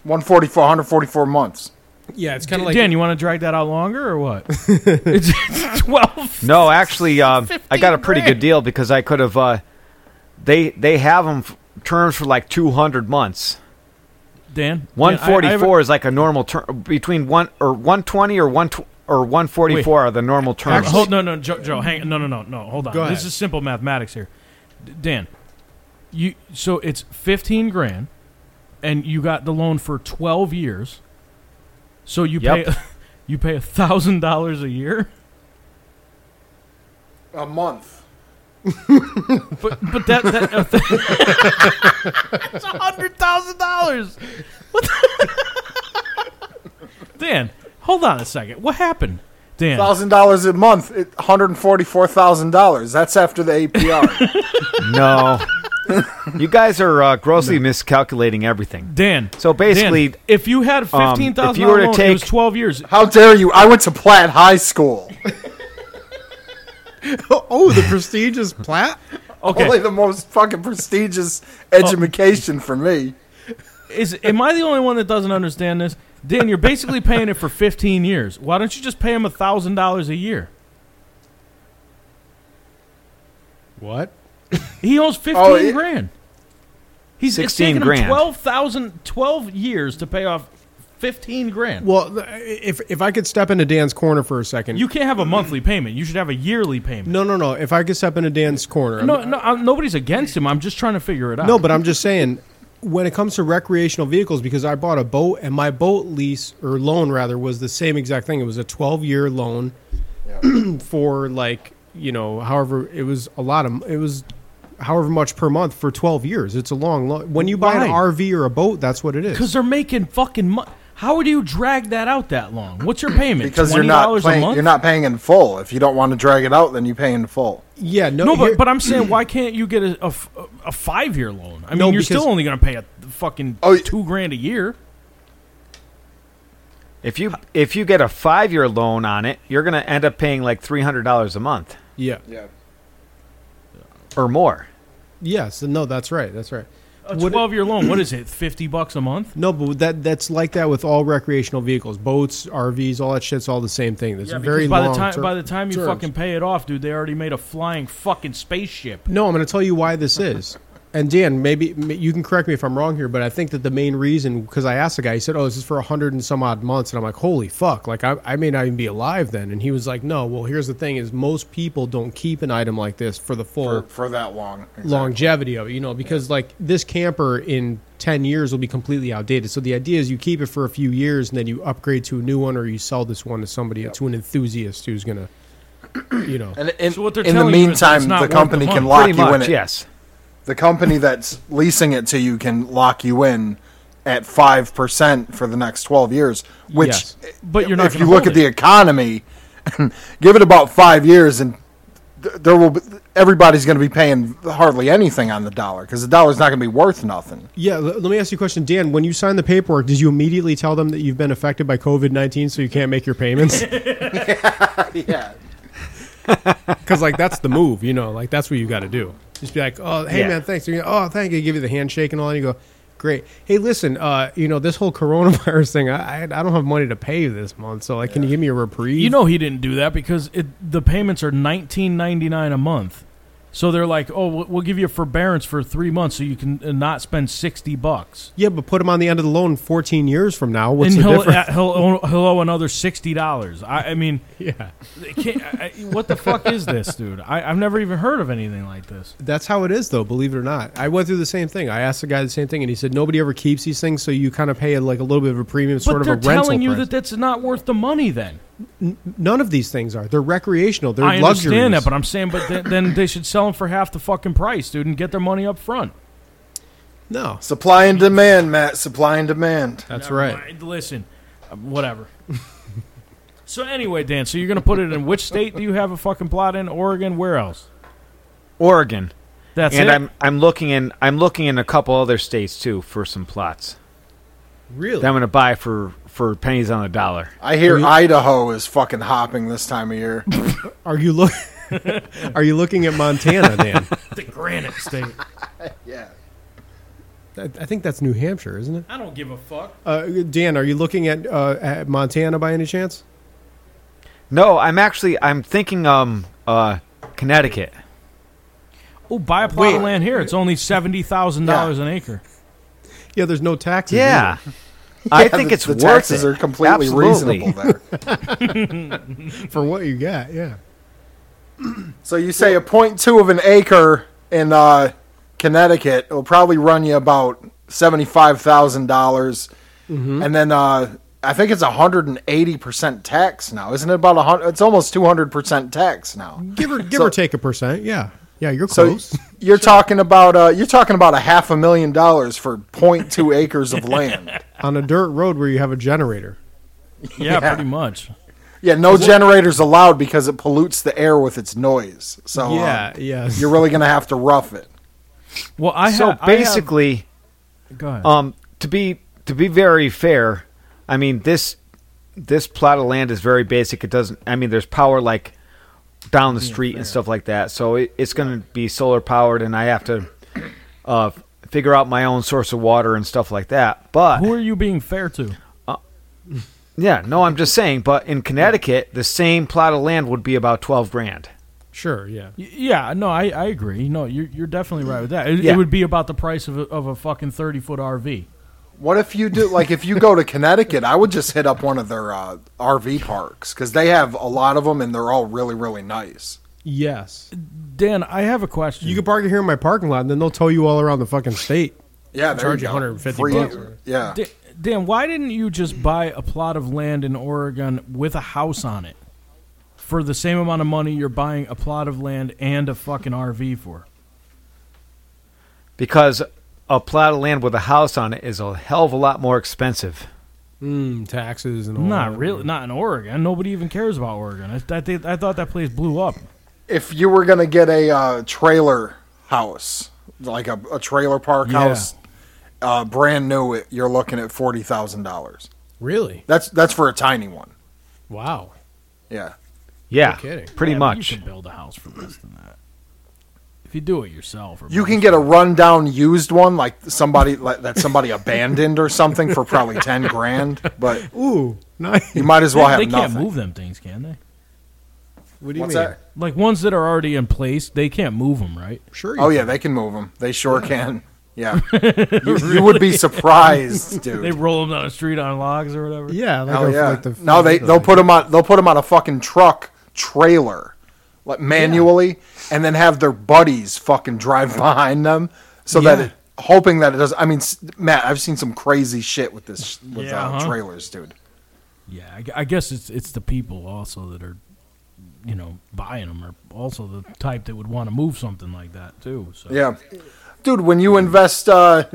Speaker 4: 144, 144 months.
Speaker 1: yeah, it's
Speaker 2: Dan, you want to drag that out longer or what? it's it's twelve.
Speaker 3: No, actually, um, I got a
Speaker 2: 15
Speaker 3: pretty
Speaker 2: grand.
Speaker 3: good deal because I could have. Uh, they they have them f- terms for like two hundred months.
Speaker 2: Dan,
Speaker 3: One
Speaker 2: Dan, I- I have a-
Speaker 3: forty four is like a normal term between one or one twenty or one tw- or one forty four are the normal terms.
Speaker 1: Actually-
Speaker 2: Hold no no Joe, Joe hang no no no no hold on.
Speaker 1: Go
Speaker 2: This
Speaker 1: ahead.
Speaker 2: is simple mathematics here. D- Dan, you so it's fifteen grand, and you got the loan for twelve years. So you
Speaker 3: Yep.
Speaker 2: pay you pay a thousand dollars a year,
Speaker 4: A month.
Speaker 2: but but that, that that's a hundred thousand dollars. What? the- Dan, hold on a second. What happened, Dan?
Speaker 4: Thousand dollars a month. One hundred forty-four thousand dollars. That's after the APR.
Speaker 3: No. you guys are uh, grossly miscalculating everything.
Speaker 2: Dan.
Speaker 3: So basically, um,
Speaker 2: Dan, if you had fifteen thousand,
Speaker 3: if you were to
Speaker 2: loan, it was
Speaker 3: take-
Speaker 2: twelve years.
Speaker 4: How dare you? I went to Platt High School.
Speaker 1: Oh, the prestigious plat.
Speaker 4: Probably
Speaker 2: Okay,
Speaker 4: the most fucking prestigious education for me.
Speaker 2: is am I the only one that doesn't understand this? Dan, you're basically paying it for fifteen years. Why don't you just pay him a thousand dollars a year?
Speaker 1: What?
Speaker 2: He owes fifteen
Speaker 4: Oh, it-
Speaker 2: grand. He's it's
Speaker 3: 16
Speaker 2: taken him
Speaker 3: grand.
Speaker 2: 12,000 12 years to pay off fifteen grand.
Speaker 1: Well, th- if if I could step into Dan's corner for a second,
Speaker 2: you can't have a monthly payment. You should have a yearly payment.
Speaker 1: No, no, no. If I could step into Dan's corner,
Speaker 2: No, no, i nobody's against him. I'm just trying to figure it out.
Speaker 1: No, but I'm just saying, when it comes to recreational vehicles, because I bought a boat and my boat lease or loan rather was the same exact thing. It was a 12 year loan for like you know, however, it was a lot of it was however much per month for 12 years. It's a long loan. When you buy an
Speaker 2: Why?
Speaker 1: RV or a boat, that's what it is.
Speaker 2: because they're making fucking money. How would you drag that out that long? What's your payment?
Speaker 4: Because you're not
Speaker 2: $20 a
Speaker 4: paying.
Speaker 2: month?
Speaker 4: You're not paying in full. If you don't want to drag it out, then you pay in full.
Speaker 1: yeah, no,
Speaker 2: No,
Speaker 1: here-
Speaker 2: but, but I'm saying why can't you get a, a f- a five year loan? I mean,
Speaker 1: No,
Speaker 2: you're
Speaker 1: because-
Speaker 2: still only going to pay a fucking
Speaker 4: Oh, y-
Speaker 2: two grand a year.
Speaker 3: if you if you get a five year loan on it, you're gonna end up paying like three hundred dollars a month
Speaker 1: yeah,
Speaker 4: Yeah.
Speaker 3: or more.
Speaker 1: yes, no, that's right, that's right.
Speaker 2: A
Speaker 1: Would it-
Speaker 2: twelve year loan. What is it? Fifty bucks a month?
Speaker 1: No, but that that's like that with all recreational vehicles, boats, RVs, all that shit's all the same thing. It's
Speaker 2: Yeah, because
Speaker 1: very
Speaker 2: by
Speaker 1: long
Speaker 2: the time
Speaker 1: ter-
Speaker 2: by the time you
Speaker 1: terms.
Speaker 2: fucking pay it off, dude, they already made a flying fucking spaceship.
Speaker 1: No, I'm going to tell you why this is. And Dan, maybe m- you can correct me if I'm wrong here, but I think that the main reason, because I asked the guy, he said, "Oh, this is for a hundred and some odd months," and I'm like, "Holy fuck!" Like I, I may not even be alive then. And he was like, "No, well, here's the thing: is most people don't keep an item like this for the full
Speaker 4: For, for that long. Exactly.
Speaker 1: longevity of it, you know, because like this camper in 10 years will be completely outdated. So the idea is you keep it for a few years and then you upgrade to a new one or you sell this one to somebody, to an enthusiast who's going to, you know.
Speaker 4: And in,
Speaker 2: So what they're
Speaker 4: in the
Speaker 2: telling you is that it's
Speaker 4: meantime,
Speaker 2: not
Speaker 4: the
Speaker 2: worth the
Speaker 4: company
Speaker 2: money.
Speaker 4: can lock
Speaker 3: Pretty
Speaker 4: you in.
Speaker 3: much,
Speaker 4: It.
Speaker 3: yes.
Speaker 4: The company that's leasing it to you can lock you in at five percent for the next twelve years. Which,
Speaker 1: Yes.
Speaker 2: But you're not.
Speaker 4: if
Speaker 2: gonna
Speaker 4: you look
Speaker 2: hold
Speaker 4: at the
Speaker 2: it.
Speaker 4: economy, give it about five years, and th- there will be, everybody's going to be paying hardly anything on the dollar because the dollar's not going to be worth nothing.
Speaker 1: yeah, l- let me ask you a question. Dan, when you signed the paperwork, did you immediately tell them that you've been affected by COVID 19 so you can't make your payments?
Speaker 4: Yeah.
Speaker 1: Because, like, that's the move, you know, like, that's what you got to do. Just be like, oh, hey,
Speaker 3: Yeah.
Speaker 1: man, thanks. You know, oh, thank you. Give you the handshake and all. And you go, great. Hey, listen, uh, you know, this whole coronavirus thing, I, I, I don't have money to pay this month. So, like, can you give me a reprieve?
Speaker 2: You know he didn't do that because it, the payments are nineteen ninety nine a month. So they're like, oh, we'll we'll give you a forbearance for three months, so you can uh, not spend sixty bucks,
Speaker 1: Yeah, but put him on the end of the loan 14 years from now. What's
Speaker 2: and
Speaker 1: the
Speaker 2: he'll,
Speaker 1: difference?
Speaker 2: uh, he'll owe- he'll owe another sixty dollars. I, I mean,
Speaker 1: yeah.
Speaker 2: they can't, I, I- what the fuck is this, dude? I, I've never even heard of anything like this.
Speaker 1: That's how it is, though, believe it or not. I went through the same thing. I asked the guy the same thing, and he said, nobody ever keeps these things, so you kind of pay like a little bit of a premium, sort
Speaker 2: but
Speaker 1: of
Speaker 2: they're
Speaker 1: a rental
Speaker 2: telling you
Speaker 1: price.
Speaker 2: that that's not worth the money. Then
Speaker 1: None of these things are. They're recreational. They're
Speaker 2: I
Speaker 1: luxuries.
Speaker 2: understand that, but I'm saying, but then, then they should sell them for half the fucking price, dude, and get their money up front.
Speaker 1: no,
Speaker 4: Supply and demand, Matt. Supply and demand.
Speaker 1: that's
Speaker 2: Never
Speaker 1: right.
Speaker 2: mind. Listen, uh, whatever. so anyway, Dan, so you're gonna put it in which state do you have a fucking plot in? Oregon? Where else?
Speaker 3: Oregon.
Speaker 2: That's
Speaker 3: and
Speaker 2: it.
Speaker 3: I'm I'm looking in I'm looking in a couple other states too for some plots
Speaker 1: Really?
Speaker 3: that I'm gonna buy for for pennies on the dollar.
Speaker 4: I hear Idaho is fucking hopping this time of year.
Speaker 1: are you look? are you looking at Montana, Dan?
Speaker 2: the Granite State.
Speaker 4: yeah.
Speaker 1: I, I think that's New Hampshire, isn't it?
Speaker 2: I don't give a fuck.
Speaker 1: Uh, Dan, are you looking at, uh, at Montana by any chance?
Speaker 3: No, I'm actually I'm thinking um uh Connecticut.
Speaker 2: Oh, buy a plot
Speaker 1: Wait.
Speaker 2: of land here. It's only seventy thousand dollars an acre.
Speaker 1: Yeah, there's no taxes. either.
Speaker 3: Yeah. I think
Speaker 4: the,
Speaker 3: it's
Speaker 4: the
Speaker 3: worth
Speaker 4: taxes
Speaker 3: it.
Speaker 4: are completely
Speaker 3: Absolutely.
Speaker 4: reasonable there.
Speaker 1: for what you got. Yeah,
Speaker 4: So you say a point two of an acre in uh, Connecticut
Speaker 1: Mm-hmm.
Speaker 4: will probably run you about seventy five dollars, and then uh, I think it's 180% tax now, isn't it? About 100 it's almost 200% tax now.
Speaker 1: Give or give
Speaker 4: So-
Speaker 1: or take a percent. Yeah, yeah, you're
Speaker 4: So
Speaker 1: close.
Speaker 4: you're talking about uh, you're talking about a half a million dollars for 0.2 acres of land.
Speaker 1: on a dirt road where you have a generator.
Speaker 2: Yeah,
Speaker 4: Yeah.
Speaker 2: pretty much.
Speaker 4: Yeah, no generators allowed because it pollutes the air with its noise. So um,
Speaker 1: Yeah, yeah.
Speaker 4: you're really gonna have to rough it.
Speaker 2: Well, I
Speaker 3: so
Speaker 2: ha- I have-
Speaker 3: basically,
Speaker 2: go ahead.
Speaker 3: um, to be to be very fair, I mean this this plot of land is very basic. It doesn't. I mean, there's power like down the street and stuff like that. So it, it's going to be solar powered, and I have to uh, figure out my own source of water and stuff like that. But
Speaker 2: Who are you being fair to?
Speaker 3: yeah, no, I'm just saying. But in Connecticut, the same plot of land would be about twelve grand.
Speaker 1: Sure, yeah.
Speaker 2: Y- Yeah, no, I, I agree. No, you're you're definitely right with that. It, it
Speaker 3: Yeah.
Speaker 2: would be about the price of a, of a fucking thirty foot RV.
Speaker 4: What if you do like if you go to Connecticut? I would just hit up one of their uh, RV parks because they have a lot of them and they're all really really nice.
Speaker 1: Yes.
Speaker 2: Dan, I have a question.
Speaker 1: You can park it here in my parking lot, and then they'll tow you all around the fucking state.
Speaker 4: Yeah, there
Speaker 1: Charge
Speaker 4: you
Speaker 1: you
Speaker 4: go.
Speaker 1: 150
Speaker 4: Free-
Speaker 1: bucks.
Speaker 4: Yeah,
Speaker 2: Da- Dan, why didn't you just buy a plot of land in Oregon with a house on it for the same amount of money you're buying a plot of land and a fucking RV for?
Speaker 3: because a plot of land with a house on it is a hell of a lot more expensive.
Speaker 1: Mm, taxes and all.
Speaker 2: Not
Speaker 1: that.
Speaker 2: really, not in Oregon. Nobody even cares about Oregon. I, I, think- I thought that place blew up.
Speaker 4: if you were gonna get a uh, trailer house, like a, a trailer park
Speaker 2: Yeah.
Speaker 4: house, uh, brand new, it- you're looking at forty thousand dollars.
Speaker 1: Really?
Speaker 4: That's that's for a tiny one.
Speaker 1: Wow.
Speaker 4: Yeah,
Speaker 3: Yeah,
Speaker 1: kidding.
Speaker 3: pretty
Speaker 2: Yeah, but
Speaker 3: much.
Speaker 2: you can build a house for less than that if you do it yourself. Or
Speaker 4: you can get a rundown used one, like somebody like, that somebody abandoned or something, for probably ten grand. But
Speaker 1: Ooh, nice.
Speaker 4: you might as well have
Speaker 2: they
Speaker 4: nothing.
Speaker 2: can't move them things, can they?
Speaker 1: What do you
Speaker 4: What's
Speaker 1: mean?
Speaker 4: that?
Speaker 2: Like ones that are already in place, they can't move them, right?
Speaker 1: Sure. You
Speaker 4: Oh yeah,
Speaker 1: can.
Speaker 4: they can move them. They sure can. Yeah, you, you would be surprised, dude.
Speaker 2: They roll them down the street on logs or whatever.
Speaker 1: yeah. Like
Speaker 4: Hell
Speaker 1: a-
Speaker 4: yeah.
Speaker 1: like the-
Speaker 4: no, they they'll put them on they'll put them on a fucking truck trailer, like manually, and then have their buddies fucking drive behind them, so that
Speaker 1: Yeah.
Speaker 4: it, hoping that it doesn't. I mean, s- Matt, I've seen some crazy shit with this with
Speaker 2: Yeah,
Speaker 4: uh,
Speaker 2: huh?
Speaker 4: trailers, dude.
Speaker 2: Yeah, I, gu- I guess it's it's the people also that are, you know, buying them are also the type that would want to move something like that too. So
Speaker 4: Yeah, dude, when you invest. uh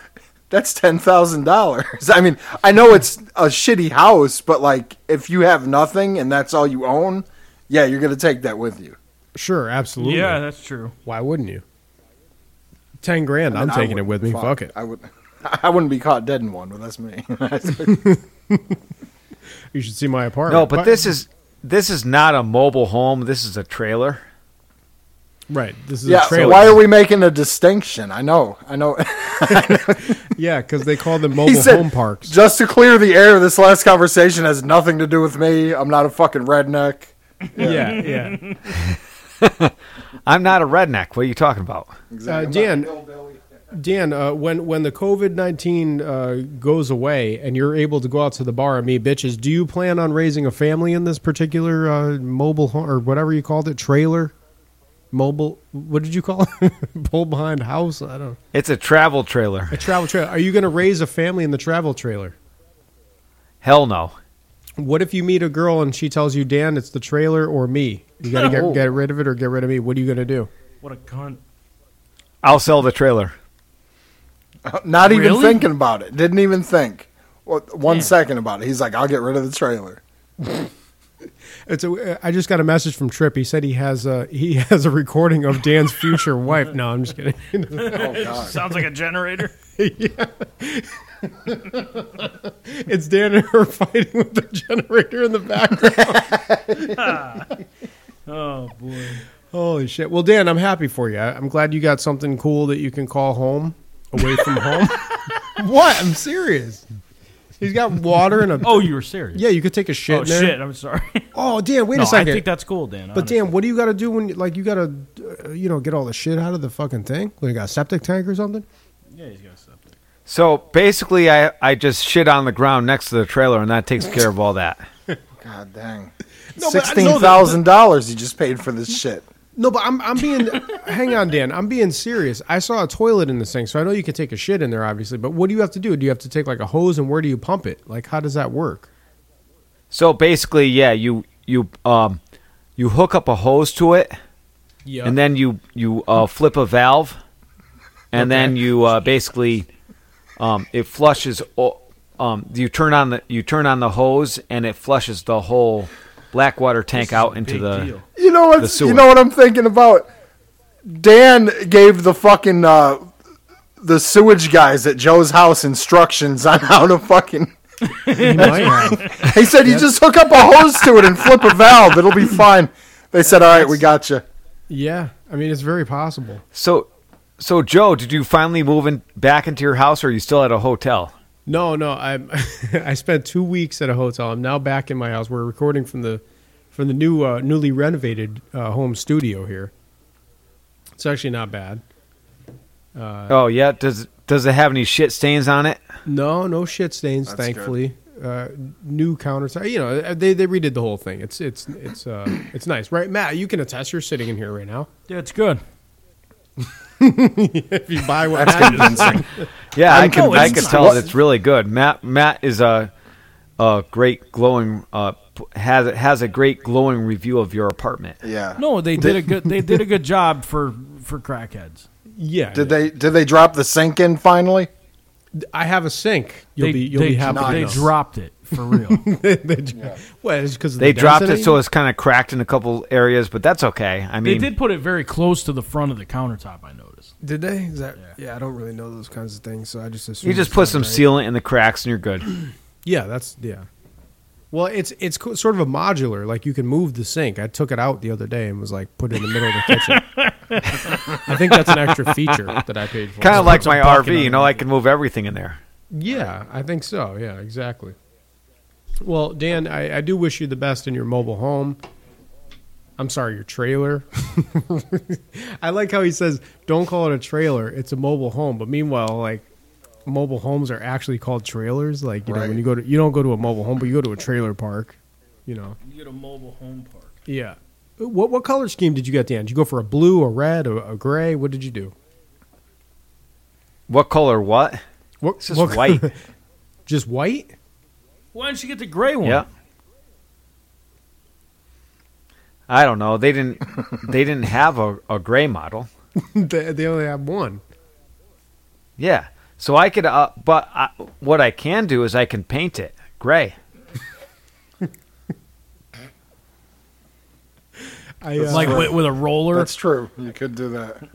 Speaker 4: That's ten thousand dollars. I mean, I know it's a shitty house, but like, if you have nothing and that's all you own, yeah, you're gonna take that with you.
Speaker 1: Sure, absolutely.
Speaker 2: yeah, that's true.
Speaker 1: Why wouldn't you? Ten grand. I'm
Speaker 4: I
Speaker 1: taking it with
Speaker 4: would-
Speaker 1: me. Fuck, it.
Speaker 4: I would. I wouldn't be caught dead in one, but that's me.
Speaker 1: You should see my apartment.
Speaker 3: No, but this is this is not a mobile home. This is a trailer.
Speaker 1: right. This is
Speaker 4: yeah.
Speaker 1: a
Speaker 4: so
Speaker 1: trailer.
Speaker 4: why are we making a distinction? I know. I know.
Speaker 1: Yeah, because they call them
Speaker 4: he
Speaker 1: mobile
Speaker 4: said,
Speaker 1: home parks.
Speaker 4: Just to clear the air, this last conversation has nothing to do with me. I'm not a fucking redneck.
Speaker 1: yeah, yeah.
Speaker 3: I'm not a redneck. What are you talking about?
Speaker 1: Uh, Dan, Dan, uh, when when the COVID nineteen uh, goes away and you're able to go out to the bar and meet bitches, do you plan on raising a family in this particular uh, mobile home or whatever you called it, trailer, mobile? What did you call it? Pull behind house? I don't.
Speaker 3: It's a travel trailer.
Speaker 1: A travel trailer. Are you going to raise a family in the travel trailer?
Speaker 3: Hell no.
Speaker 1: What if you meet a girl and she tells you, Dan, it's the trailer or me? You got to get get rid of it or get rid of me. What are you going to do?
Speaker 2: What a cunt!
Speaker 3: I'll sell the trailer.
Speaker 4: Not even
Speaker 2: Really?
Speaker 4: thinking about it. Didn't even think. Well, one second about it. He's like, I'll get rid of the trailer.
Speaker 1: It's a, I just got a message from Trip. He said he has a he has a recording of Dan's future wife. No, I'm just kidding.
Speaker 4: Oh god.
Speaker 2: Sounds like a generator.
Speaker 1: It's Dan and her fighting with the generator in the background.
Speaker 2: oh boy!
Speaker 1: Holy shit! Well, Dan, I'm happy for you. I- I'm glad you got something cool that you can call home away from home. what? I'm serious. He's got water and a.
Speaker 2: Oh, you were serious?
Speaker 1: yeah, you could take a shit.
Speaker 2: Oh
Speaker 1: in there.
Speaker 2: shit! I'm sorry.
Speaker 1: Oh, Dan, wait
Speaker 2: no,
Speaker 1: a
Speaker 2: I
Speaker 1: second.
Speaker 2: think that's cool, Dan.
Speaker 1: but
Speaker 2: honestly.
Speaker 1: Dan, what do you got to do when you- like you got to, uh, you know, get all the shit out of the fucking thing? What, you got a septic tank or something?
Speaker 2: yeah, he's got something.
Speaker 3: So basically, I, I just shit on the ground next to the trailer, and that takes care of all that.
Speaker 4: God dang.
Speaker 1: No, but I know that-
Speaker 4: Sixteen thousand dollars you just paid for this shit.
Speaker 1: No, but I'm I'm being. hang on, Dan. I'm being serious. I saw a toilet in this thing, so I know you can take a shit in there, obviously. But what do you have to do? Do you have to take like a hose, and where do you pump it? Like, how does that work?
Speaker 3: So basically, yeah, you you um you hook up a hose to it,
Speaker 1: Yeah.
Speaker 3: and then you you uh, flip a valve, and then you uh, basically um, it flushes. o- Um, you turn on the you turn on the hose, and it flushes the whole black water tank out into
Speaker 2: Big
Speaker 3: the.
Speaker 2: deal.
Speaker 4: You know
Speaker 3: The
Speaker 4: what?
Speaker 3: sewer.
Speaker 4: You know what I'm thinking about. Dan gave the fucking uh, the sewage guys at Joe's house instructions on how to fucking.
Speaker 1: you might have.
Speaker 4: He said you just hook up a hose to it and flip a valve. It'll be fine. They said, "All right, we got you."
Speaker 1: Yeah, I mean, it's very possible.
Speaker 3: So, so Joe, did you finally move in back into your house, or are you still at a hotel?
Speaker 1: No, no. I I spent two weeks at a hotel. I'm now back in my house. We're recording from the from the new uh, newly renovated uh, home studio here. It's actually not bad.
Speaker 2: Uh,
Speaker 3: oh yeah does does it have any shit stains on it?
Speaker 1: No, no shit stains,
Speaker 4: That's
Speaker 1: thankfully. Uh, new countertop. You know, uh, they they redid the whole thing. It's it's it's uh it's nice, right, Matt? You can attest. You're sitting in here right now.
Speaker 2: Yeah, it's good.
Speaker 1: If you buy what
Speaker 4: That's
Speaker 1: Matt is-
Speaker 4: convincing.
Speaker 3: Yeah, i
Speaker 4: I'm
Speaker 3: can I
Speaker 4: convinced
Speaker 3: can
Speaker 4: it's
Speaker 3: tell
Speaker 4: not.
Speaker 3: that it's really good. Matt Matt is a a great glowing uh p- has has a great glowing review of your apartment.
Speaker 4: Yeah.
Speaker 2: No, they did a good. They did a good job for for crackheads.
Speaker 1: yeah.
Speaker 4: Did they did they drop the sink in finally?
Speaker 1: I have a sink. You'll
Speaker 2: they,
Speaker 1: be you'll
Speaker 2: they,
Speaker 1: be happy.
Speaker 2: They
Speaker 1: to know.
Speaker 2: dropped it for real.
Speaker 1: they dro- Well, it's because
Speaker 3: They dropped it so it's kind of cracked in a couple areas, but that's okay. I
Speaker 2: they
Speaker 3: mean,
Speaker 2: did put it very close to the front of the countertop. I noticed.
Speaker 6: Did they? Is that, yeah. I don't really know those kinds of things, so I just assume
Speaker 3: you just
Speaker 6: it's
Speaker 3: put
Speaker 6: not
Speaker 3: some
Speaker 6: right.
Speaker 3: sealant in the cracks and you're good.
Speaker 1: yeah, that's yeah. Well, it's it's co- sort of a modular. Like you can move the sink. I took it out the other day and was like put it in the middle of the kitchen. I think that's an extra feature that I paid for.
Speaker 3: Kind of like
Speaker 2: some
Speaker 3: my
Speaker 2: bucket
Speaker 3: RV, you
Speaker 2: on
Speaker 3: know,
Speaker 2: it.
Speaker 3: I can move everything in there.
Speaker 1: Yeah, I think so. Yeah, exactly. Well, Dan, I, I do wish you the best in your mobile home. I'm sorry, your trailer. I like how he says, "Don't call it a trailer; it's a mobile home." But meanwhile, like mobile homes are actually called trailers. Like you know, when you go to you don't go to a mobile home, but you go to a trailer park. You know,
Speaker 2: You get a mobile home park.
Speaker 1: yeah. What what color scheme did you get, Dan? Did you go for a blue, a red, a, a gray? What did you do?
Speaker 3: What color what?
Speaker 1: What,
Speaker 3: It's just white.
Speaker 1: just white.
Speaker 2: Why don't you get the gray one?
Speaker 3: Yeah. I don't know. They didn't they didn't have a, a gray model.
Speaker 1: they, they only have one.
Speaker 3: Yeah. So I could, uh, but I, what I can do is I can paint it gray.
Speaker 1: I, uh,
Speaker 2: Like with, with a roller.
Speaker 4: That's true. You could do that.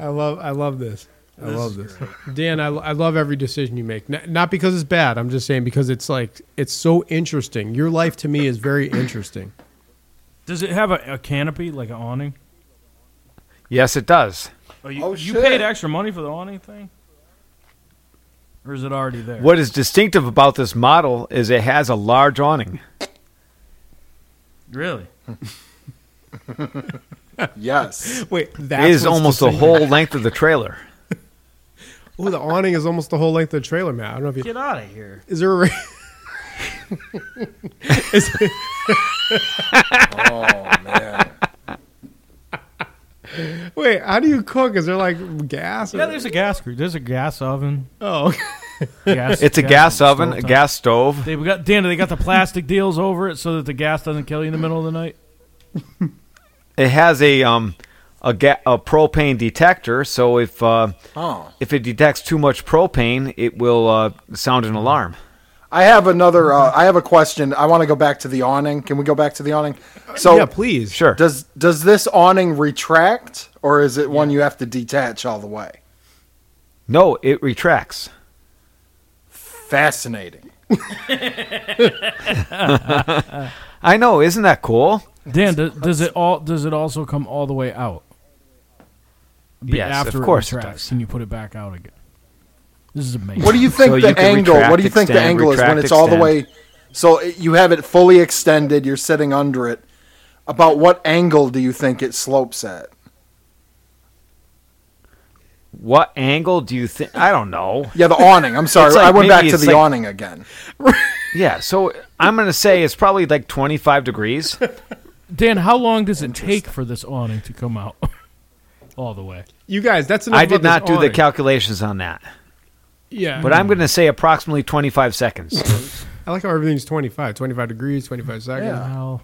Speaker 1: I love I love this. I love this. Dan, I, I love every decision you make. Not, not because it's bad. I'm just saying because it's like it's so interesting. Your life to me is very interesting.
Speaker 2: Does it have a, a canopy like an awning?
Speaker 3: Yes, it does.
Speaker 2: Oh, you,
Speaker 4: Oh,
Speaker 2: you
Speaker 4: shit.
Speaker 2: paid extra money for the awning thing, or is it already there?
Speaker 3: What is distinctive about this model is it has a large awning.
Speaker 2: Really?
Speaker 4: Yes.
Speaker 1: Wait, that
Speaker 3: it is almost the whole length of the trailer.
Speaker 1: Oh, the awning is almost the whole length of the trailer, Matt. I don't know if you
Speaker 2: Get out of here.
Speaker 1: is there. A, ra-
Speaker 4: Oh man.
Speaker 1: wait, how do you cook? Is there like gas? or-
Speaker 2: Yeah, there's a gas. gr- There's a gas oven.
Speaker 1: oh,
Speaker 2: Gas,
Speaker 3: It's a gas oven, a
Speaker 2: stovetop.
Speaker 3: gas stove.
Speaker 2: They got Dan. They got the plastic deals over it so that the gas doesn't kill you in the middle of the night.
Speaker 3: It has a um a ga- a propane detector, so if uh,
Speaker 4: Oh.
Speaker 3: if it detects too much propane, it will uh, sound an alarm.
Speaker 4: I have another. Uh, I have a question. I want to go back to the awning. Can we go back to the awning? So
Speaker 1: yeah, please.
Speaker 3: Sure.
Speaker 4: Does does this awning retract, or is it one you have to detach all the way?
Speaker 3: No, it retracts.
Speaker 4: Fascinating.
Speaker 3: I know, isn't that cool?
Speaker 2: Dan, do, does it all? Does it also come all the way out? Be-
Speaker 3: Yes,
Speaker 2: after
Speaker 3: of course
Speaker 2: it
Speaker 3: it
Speaker 2: retracts,
Speaker 3: does.
Speaker 2: Can you put it back out again? This is amazing.
Speaker 4: What do you think
Speaker 3: So you
Speaker 4: the
Speaker 3: can
Speaker 4: angle?
Speaker 3: retract,
Speaker 4: what do you think the
Speaker 3: extend,
Speaker 4: angle is when
Speaker 3: retract,
Speaker 4: it's all the way?
Speaker 3: extend.
Speaker 4: So it, you have it fully extended. You're sitting under it. About what angle do you think it slopes at?
Speaker 3: What angle do you think? I don't know.
Speaker 4: Yeah, the awning. I'm sorry.
Speaker 3: It's like
Speaker 4: I went back
Speaker 3: maybe
Speaker 4: to
Speaker 3: it's
Speaker 4: the
Speaker 3: like-
Speaker 4: awning again.
Speaker 3: Yeah, so I'm gonna say it's probably like 25 degrees.
Speaker 2: Dan, how long does it take for this awning to come out? All the way.
Speaker 1: You guys, that's enough.
Speaker 3: I did
Speaker 1: about
Speaker 3: not
Speaker 1: this
Speaker 3: do the
Speaker 1: awning.
Speaker 3: calculations on that,
Speaker 1: Yeah,
Speaker 3: but I'm going to say approximately 25 seconds.
Speaker 1: I like how everything's 25, 25 degrees, 25 seconds.
Speaker 2: Well,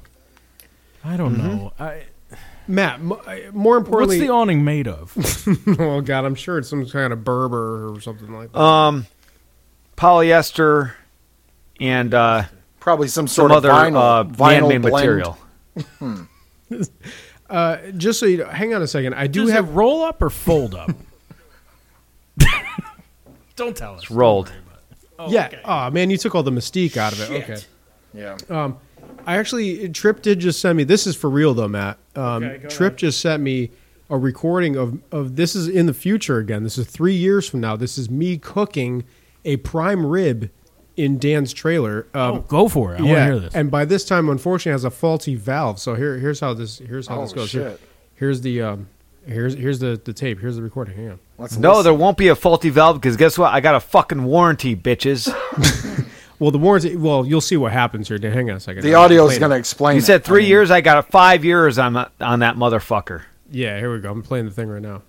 Speaker 2: I don't
Speaker 3: Mm-hmm.
Speaker 2: know. I,
Speaker 1: Matt, m- I- more
Speaker 2: what's
Speaker 1: importantly,
Speaker 2: the awning made of?
Speaker 1: oh god, I'm sure it's some kind of Berber or something like that.
Speaker 3: um, polyester and uh,
Speaker 4: Probably some sort
Speaker 3: some
Speaker 4: of
Speaker 3: other
Speaker 4: vinyl,
Speaker 3: uh,
Speaker 4: vinyl
Speaker 3: man-made
Speaker 4: blend.
Speaker 3: material.
Speaker 1: Uh, just so you know, hang on a second. I do
Speaker 2: Does
Speaker 1: have
Speaker 2: it roll up or fold up? don't tell us.
Speaker 3: rolled.
Speaker 1: yeah. Oh man, you took all the mystique out of it. Okay.
Speaker 4: Yeah.
Speaker 1: Um, I actually Trip did just send me. This is for real though, Matt. Um,
Speaker 2: Okay, go
Speaker 1: Trip
Speaker 2: ahead.
Speaker 1: just sent me a recording of of this is in the future again. This is three years from now. This is me cooking a prime rib in Dan's trailer. Um,
Speaker 2: Oh, go for it. I want to hear this.
Speaker 1: And by this time, unfortunately, it has a faulty valve. So here, here's how this here's how
Speaker 4: Oh,
Speaker 1: this goes.
Speaker 4: shit.
Speaker 1: here's the um, here's here's the, the tape. Here's the recording. Hang on.
Speaker 4: Let's
Speaker 3: No,
Speaker 4: listen.
Speaker 3: there won't be a faulty valve because guess what? I got a fucking warranty, bitches.
Speaker 1: Well, the warranty. Well, you'll see what happens here. Dan. Hang on a second.
Speaker 4: the
Speaker 1: I'll
Speaker 4: audio is
Speaker 1: play
Speaker 4: going to
Speaker 1: it.
Speaker 4: explain.
Speaker 3: You
Speaker 4: it.
Speaker 3: said
Speaker 4: I
Speaker 3: three
Speaker 4: mean,
Speaker 3: years. I got a five years on that- on that motherfucker.
Speaker 1: Yeah, here we go. I'm playing the thing right now.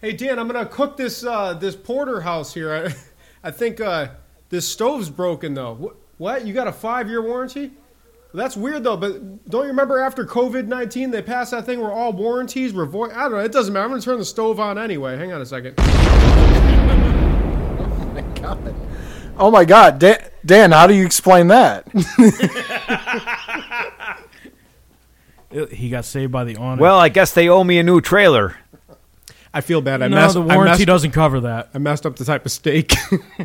Speaker 1: Hey Dan, I'm gonna cook this uh, this porterhouse here. I, I think uh, this stove's broken though. Wh- What? You got a five year warranty? That's weird though. But don't you remember after COVID nineteen they passed that thing where all warranties were void? I don't know. It doesn't matter. I'm gonna turn the stove on anyway. Hang on a second.
Speaker 4: Oh my God, Dan, Dan, how do you explain that?
Speaker 2: It- he got saved by the awning.
Speaker 3: Well, I guess they owe me a new trailer.
Speaker 1: I feel bad. I
Speaker 2: no,
Speaker 1: messed.
Speaker 2: the
Speaker 1: I
Speaker 2: warranty
Speaker 1: messed,
Speaker 2: doesn't cover that.
Speaker 1: I messed up the type of steak. I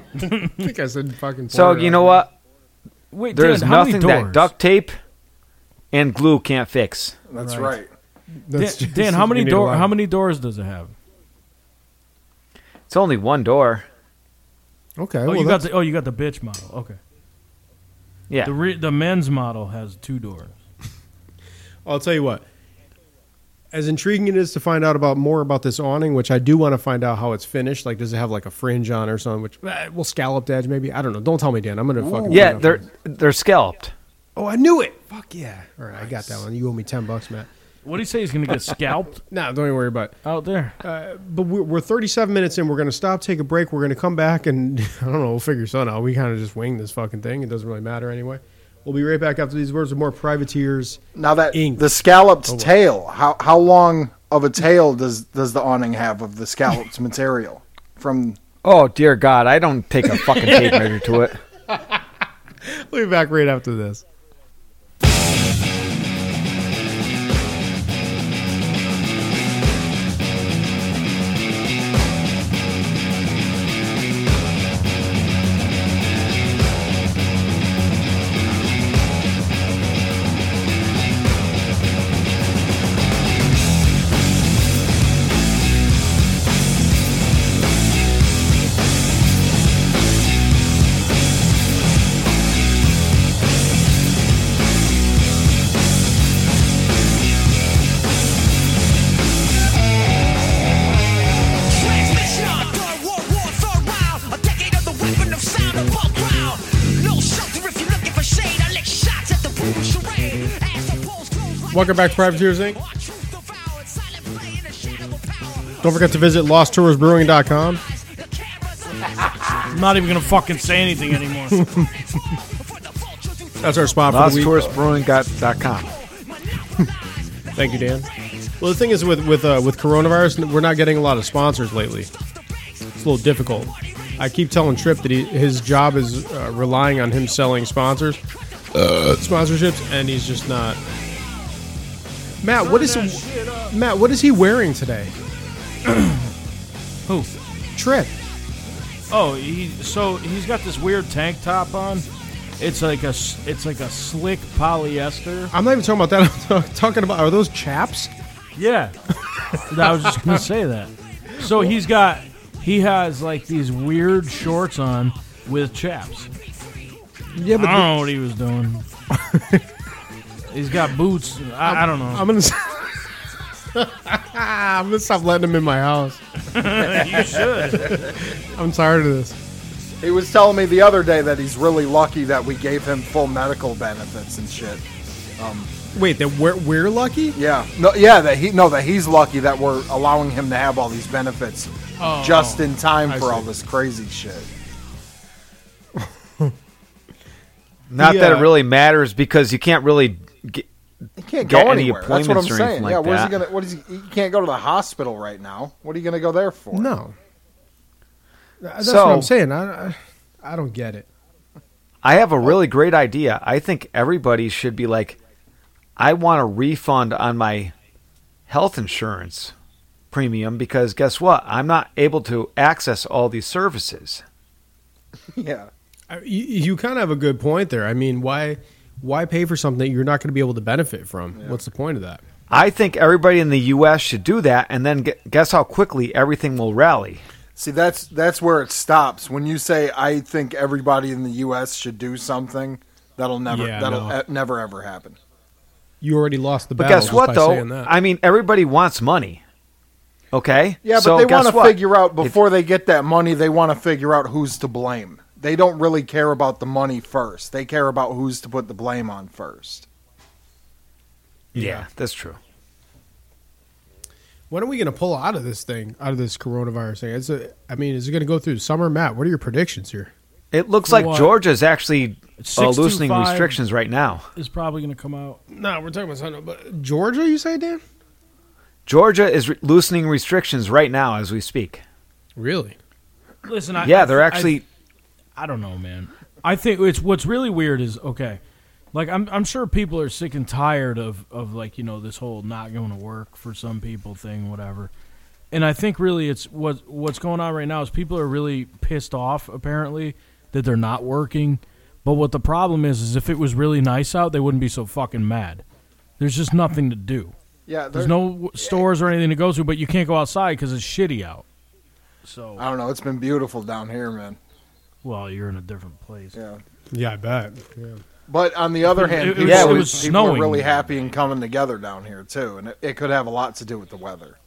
Speaker 1: think I said fucking.
Speaker 3: So
Speaker 1: porterhouse.
Speaker 3: you know what?
Speaker 2: Wait,
Speaker 3: There's
Speaker 2: Dan, how many
Speaker 3: nothing that
Speaker 2: doors?
Speaker 3: duct tape and glue can't fix.
Speaker 4: That's
Speaker 2: Right.
Speaker 4: right.
Speaker 2: Dan,
Speaker 1: That's just-
Speaker 2: Dan, how many
Speaker 1: we need a
Speaker 2: door?
Speaker 1: lot.
Speaker 2: How many doors does it have?
Speaker 3: It's only one door.
Speaker 1: Okay.
Speaker 2: Oh,
Speaker 1: well,
Speaker 2: you
Speaker 1: that's-
Speaker 2: got the oh, you got the bitch model. Okay,
Speaker 3: Yeah.
Speaker 2: the re, the men's model has two doors.
Speaker 1: I'll tell you what. As intriguing it is to find out about more about this awning, which I do want to find out how it's finished. Like, does it have like a fringe on or something? Which eh, well, scalloped edge maybe. I don't know. Don't tell me, Dan. I'm gonna fucking
Speaker 3: yeah,
Speaker 1: find out.
Speaker 3: they're they're scalped.
Speaker 1: Oh, I knew it. Fuck yeah. All right, I got that one. You owe me ten bucks, Matt.
Speaker 2: What do you say? He's gonna get scalped Uh,
Speaker 1: No, don't even worry about. it.
Speaker 2: out there.
Speaker 1: But we're, we're 37 minutes in. We're gonna stop, take a break. We're gonna come back, and I don't know. We'll figure something out. We kind of just wing this fucking thing. It doesn't really matter anyway. We'll be right back after these words with more privateers.
Speaker 4: Now that
Speaker 1: Ink.
Speaker 4: the scalloped tail, how how long of a tail does does the awning have of the scalloped material? From
Speaker 3: Oh dear God, I don't take a fucking tape measure to it.
Speaker 1: We'll be back right after this.
Speaker 7: Transmission during World War Third round. A decade of the weapon of sound above ground. No shelter if you're looking for shade. I lick shots at the boom charade. As the polls close like
Speaker 1: Welcome
Speaker 7: a
Speaker 1: back to Privateers,
Speaker 7: casket.
Speaker 1: Inc.
Speaker 7: Our truth devoured, silent play in the shadow of power.
Speaker 1: Don't forget to visit LostToursBrewing.com.
Speaker 7: The cameras are-
Speaker 2: I'm not even gonna fucking say anything anymore.
Speaker 7: For the vultures who
Speaker 1: That's our spot for the week.
Speaker 3: LostTouristBrewing.com.
Speaker 1: Thank you, Dan. Well, the thing is with with uh, with coronavirus, we're not getting a lot of sponsors lately. It's a little difficult. I keep telling Trip that he, his job is uh, relying on him selling sponsors, sponsorships, and he's just not. Matt, what is Matt? What is he wearing today?
Speaker 2: Who?
Speaker 1: Trip.
Speaker 2: Oh, he so he's got this weird tank top on. It's like a s- it's like a slick polyester.
Speaker 1: I'm not even talking about that. I'm talking about are those chaps?
Speaker 2: Yeah, I was just gonna say that. So he's got he has like these weird shorts on with chaps.
Speaker 1: Yeah,
Speaker 2: I don't know what he was doing. he's got boots. I, I don't know.
Speaker 1: I'm gonna. I'm gonna stop letting him in my house.
Speaker 2: you should.
Speaker 1: I'm tired of this.
Speaker 4: he was telling me the other day that he's really lucky that we gave him full medical benefits and shit.
Speaker 1: Wait, that we're we're lucky.
Speaker 4: Yeah. No. Yeah. That he. No. That he's lucky that we're allowing him to have all these benefits just in time
Speaker 1: I
Speaker 4: for all
Speaker 1: see.
Speaker 4: this crazy shit.
Speaker 3: Not that
Speaker 1: Yeah.
Speaker 3: it really matters because you can't really. Get,
Speaker 4: He can't
Speaker 3: Get
Speaker 4: go
Speaker 3: any
Speaker 4: anywhere. That's what I'm
Speaker 3: appointments or
Speaker 4: saying.
Speaker 3: anything like
Speaker 4: yeah. Where's he
Speaker 3: that.
Speaker 4: gonna? What is he? He can't go to the hospital right now. What are you gonna go there for?
Speaker 1: No, that's
Speaker 3: So-
Speaker 1: what I'm saying. I, I I don't get it.
Speaker 3: I have a really great idea. I think everybody should be like, I want a refund on my health insurance premium because guess what? I'm not able to access all these services.
Speaker 4: Yeah.
Speaker 1: I- You, you kind of have a good point there. I mean, why why pay for something that you're not going to be able to benefit from? What's the point of that?
Speaker 3: I think everybody in the U.S. should do that, and then gu- guess how quickly everything will rally.
Speaker 4: See, that's that's where it stops. When you say, "I think everybody in the U.S. should do something," that'll never
Speaker 1: Yeah,
Speaker 4: that'll
Speaker 1: no.
Speaker 4: e- never ever happen.
Speaker 1: You already lost the
Speaker 3: But
Speaker 1: battle.
Speaker 3: guess
Speaker 1: just
Speaker 3: what,
Speaker 1: by
Speaker 3: though?
Speaker 1: saying that.
Speaker 3: I mean, everybody wants money. Okay.
Speaker 4: Yeah,
Speaker 3: So
Speaker 4: but they
Speaker 3: guess
Speaker 4: want to
Speaker 3: what?
Speaker 4: figure out
Speaker 3: If-
Speaker 4: before they get that money. They want to figure out who's to blame. They don't really care about the money first. They care about who's to put the blame on first.
Speaker 3: yeah, that's true.
Speaker 1: when are we going to pull out of this thing, out of this coronavirus thing? It's a, I mean, is it going to go through the summer, Matt? What are your predictions here?
Speaker 3: It looks like
Speaker 2: What?
Speaker 3: Georgia's actually uh,
Speaker 2: 625
Speaker 3: loosening restrictions right now.
Speaker 2: Is probably going to come out.
Speaker 1: No, we're talking about something. But Georgia, you say, Dan?
Speaker 3: Georgia is re- loosening restrictions right now as we speak.
Speaker 1: Really?
Speaker 2: Listen, I,
Speaker 3: yeah, they're
Speaker 2: I-
Speaker 3: actually.
Speaker 2: I don't know, man. I think it's what's really weird is okay. Like I'm I'm sure people are sick and tired of of like, you know, this whole not going to work for some people thing, whatever. And I think really it's what what's going on right now is people are really pissed off apparently that they're not working. But what the problem is is if it was really nice out, they wouldn't be so fucking mad. There's just nothing to do.
Speaker 4: Yeah,
Speaker 2: There's
Speaker 4: they're-
Speaker 2: no w- stores or anything to go to, but you can't go outside because it's shitty out. So,
Speaker 4: I don't know. It's been beautiful down here, man.
Speaker 2: well, you're in a different place.
Speaker 4: Yeah.
Speaker 1: Yeah, I bet.
Speaker 4: But on the other hand,
Speaker 2: It- it
Speaker 4: people,
Speaker 2: was-
Speaker 4: were-
Speaker 2: it was
Speaker 4: people were
Speaker 2: snowing.
Speaker 4: really happy and coming together down here too, and it, it could have a lot to do with the weather.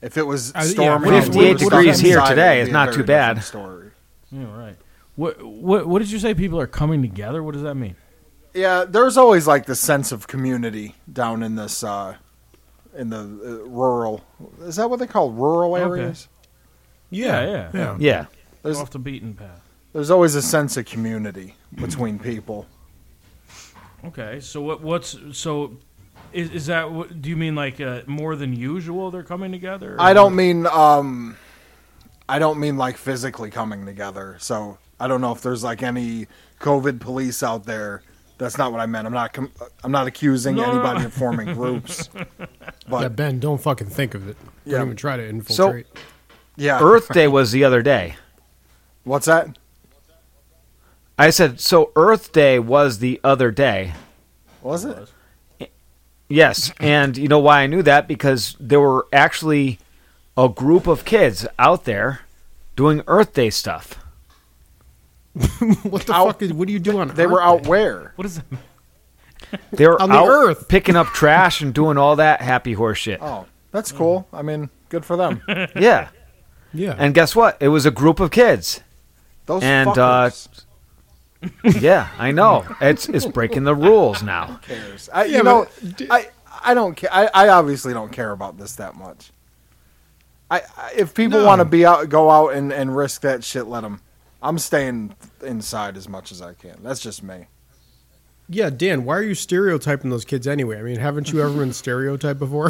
Speaker 4: If it was
Speaker 1: I- yeah,
Speaker 4: storming,
Speaker 1: what-
Speaker 4: and we were
Speaker 1: 58
Speaker 4: stuck
Speaker 1: degrees
Speaker 3: here
Speaker 4: inside,
Speaker 3: today
Speaker 4: it would
Speaker 3: is
Speaker 4: be a
Speaker 3: not
Speaker 4: very
Speaker 3: too bad.
Speaker 4: different Story.
Speaker 2: Yeah, right. What what what did you say? People are coming together. What does that mean?
Speaker 4: Yeah, there's always like the sense of community down in this uh, in the uh, rural. Is that what they call rural
Speaker 2: Okay.
Speaker 4: areas?
Speaker 2: Yeah, yeah, yeah.
Speaker 3: Yeah.
Speaker 4: There's
Speaker 2: Off the beaten path.
Speaker 4: there's always a sense of community between people.
Speaker 2: Okay, so what what's so is is that what do you mean like uh, more than usual? They're coming together.
Speaker 4: I don't mean um I don't mean like physically coming together. So I don't know if there's like any COVID police out there. That's not what I meant. I'm not com- I'm not accusing
Speaker 2: No, no,
Speaker 4: anybody
Speaker 2: no.
Speaker 4: of forming groups.
Speaker 1: Yeah,
Speaker 4: But
Speaker 1: Ben, don't fucking think of it.
Speaker 4: Yeah.
Speaker 1: Don't even try to infiltrate.
Speaker 4: yeah,
Speaker 3: Earth Day was the other day.
Speaker 4: what's that?
Speaker 3: I said, so Earth Day was the other day.
Speaker 4: Was it?
Speaker 3: Yes. And you know why I knew that? Because there were actually a group of kids out there doing Earth Day stuff.
Speaker 1: what the
Speaker 4: Out-
Speaker 1: fuck? Is, what do you do on?
Speaker 4: They were
Speaker 1: Earth
Speaker 4: out
Speaker 1: Day?
Speaker 4: where?
Speaker 2: What is that?
Speaker 3: They were
Speaker 1: On the
Speaker 3: out
Speaker 1: Earth.
Speaker 3: picking up trash and doing all that happy horse shit.
Speaker 4: Oh, that's cool. I mean, good for them.
Speaker 3: Yeah.
Speaker 1: Yeah,
Speaker 3: And guess what? It was a group of kids.
Speaker 4: Those
Speaker 3: And, uh,
Speaker 4: fuckers.
Speaker 3: Yeah, I know. It's it's breaking the rules now.
Speaker 4: cares? I,
Speaker 1: Yeah,
Speaker 4: you know,
Speaker 1: but d-
Speaker 4: I I don't care. I, I obviously don't care about this that much. I, I if people
Speaker 1: No.
Speaker 4: want to be out, go out and, and risk that shit. Let them. I'm staying inside as much as I can. That's just me.
Speaker 1: yeah, Dan. Why are you stereotyping those kids anyway? I mean, haven't you ever been stereotyped before?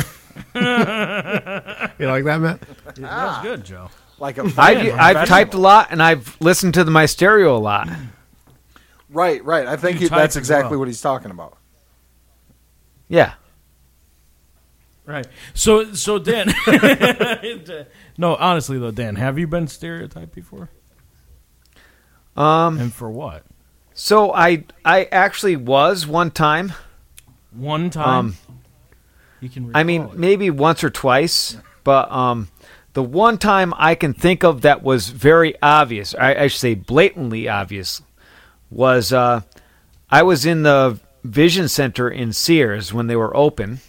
Speaker 1: you like that, Matt?
Speaker 2: That's
Speaker 4: Ah.
Speaker 2: good, Joe.
Speaker 4: Like a
Speaker 3: I've, I've typed a lot and I've listened to the, my stereo a lot.
Speaker 4: right, right. I think
Speaker 2: You
Speaker 4: he, that's
Speaker 2: typed as
Speaker 4: exactly
Speaker 2: well.
Speaker 4: what he's talking about.
Speaker 3: Yeah.
Speaker 2: Right. So so Dan. no, honestly though, Dan, have you been stereotyped before? Um, and for what?
Speaker 3: So I I actually was one time.
Speaker 2: One time.
Speaker 3: Um,
Speaker 2: you can.
Speaker 3: I mean,
Speaker 2: recall it.
Speaker 3: maybe once or twice, but um, the one time I can think of that was very obvious. I, I should say blatantly obvious was uh, I was in the Vision Center in Sears when they were open,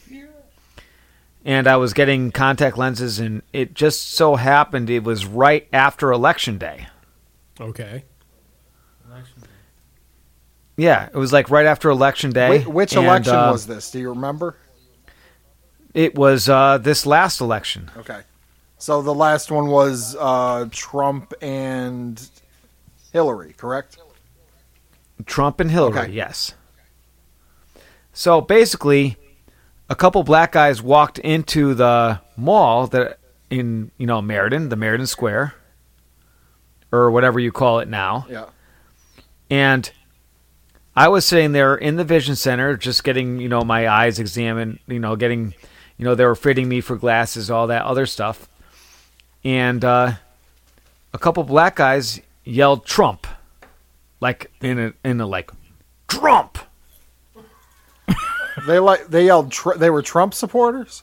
Speaker 3: and I was getting contact lenses, and it just so happened it was right after Election Day.
Speaker 1: Okay.
Speaker 3: Yeah, it was like right after election day.
Speaker 4: Wh- which
Speaker 3: and,
Speaker 4: election
Speaker 3: uh,
Speaker 4: was this? Do you remember?
Speaker 3: It was uh, this last election.
Speaker 4: Okay. So the last one was uh, Trump and Hillary, correct?
Speaker 3: Trump and Hillary,
Speaker 4: Okay.
Speaker 3: yes. So basically, a couple black guys walked into the mall that in you know Meriden, the Meriden Square, or whatever you call it now.
Speaker 4: Yeah.
Speaker 3: And I was sitting there in the vision center, just getting you know my eyes examined, you know, getting you know they were fitting me for glasses, all that other stuff. And uh, a couple black guys yelled Trump, like in a in a like Trump.
Speaker 4: They like they yelled. Tr- they were Trump supporters.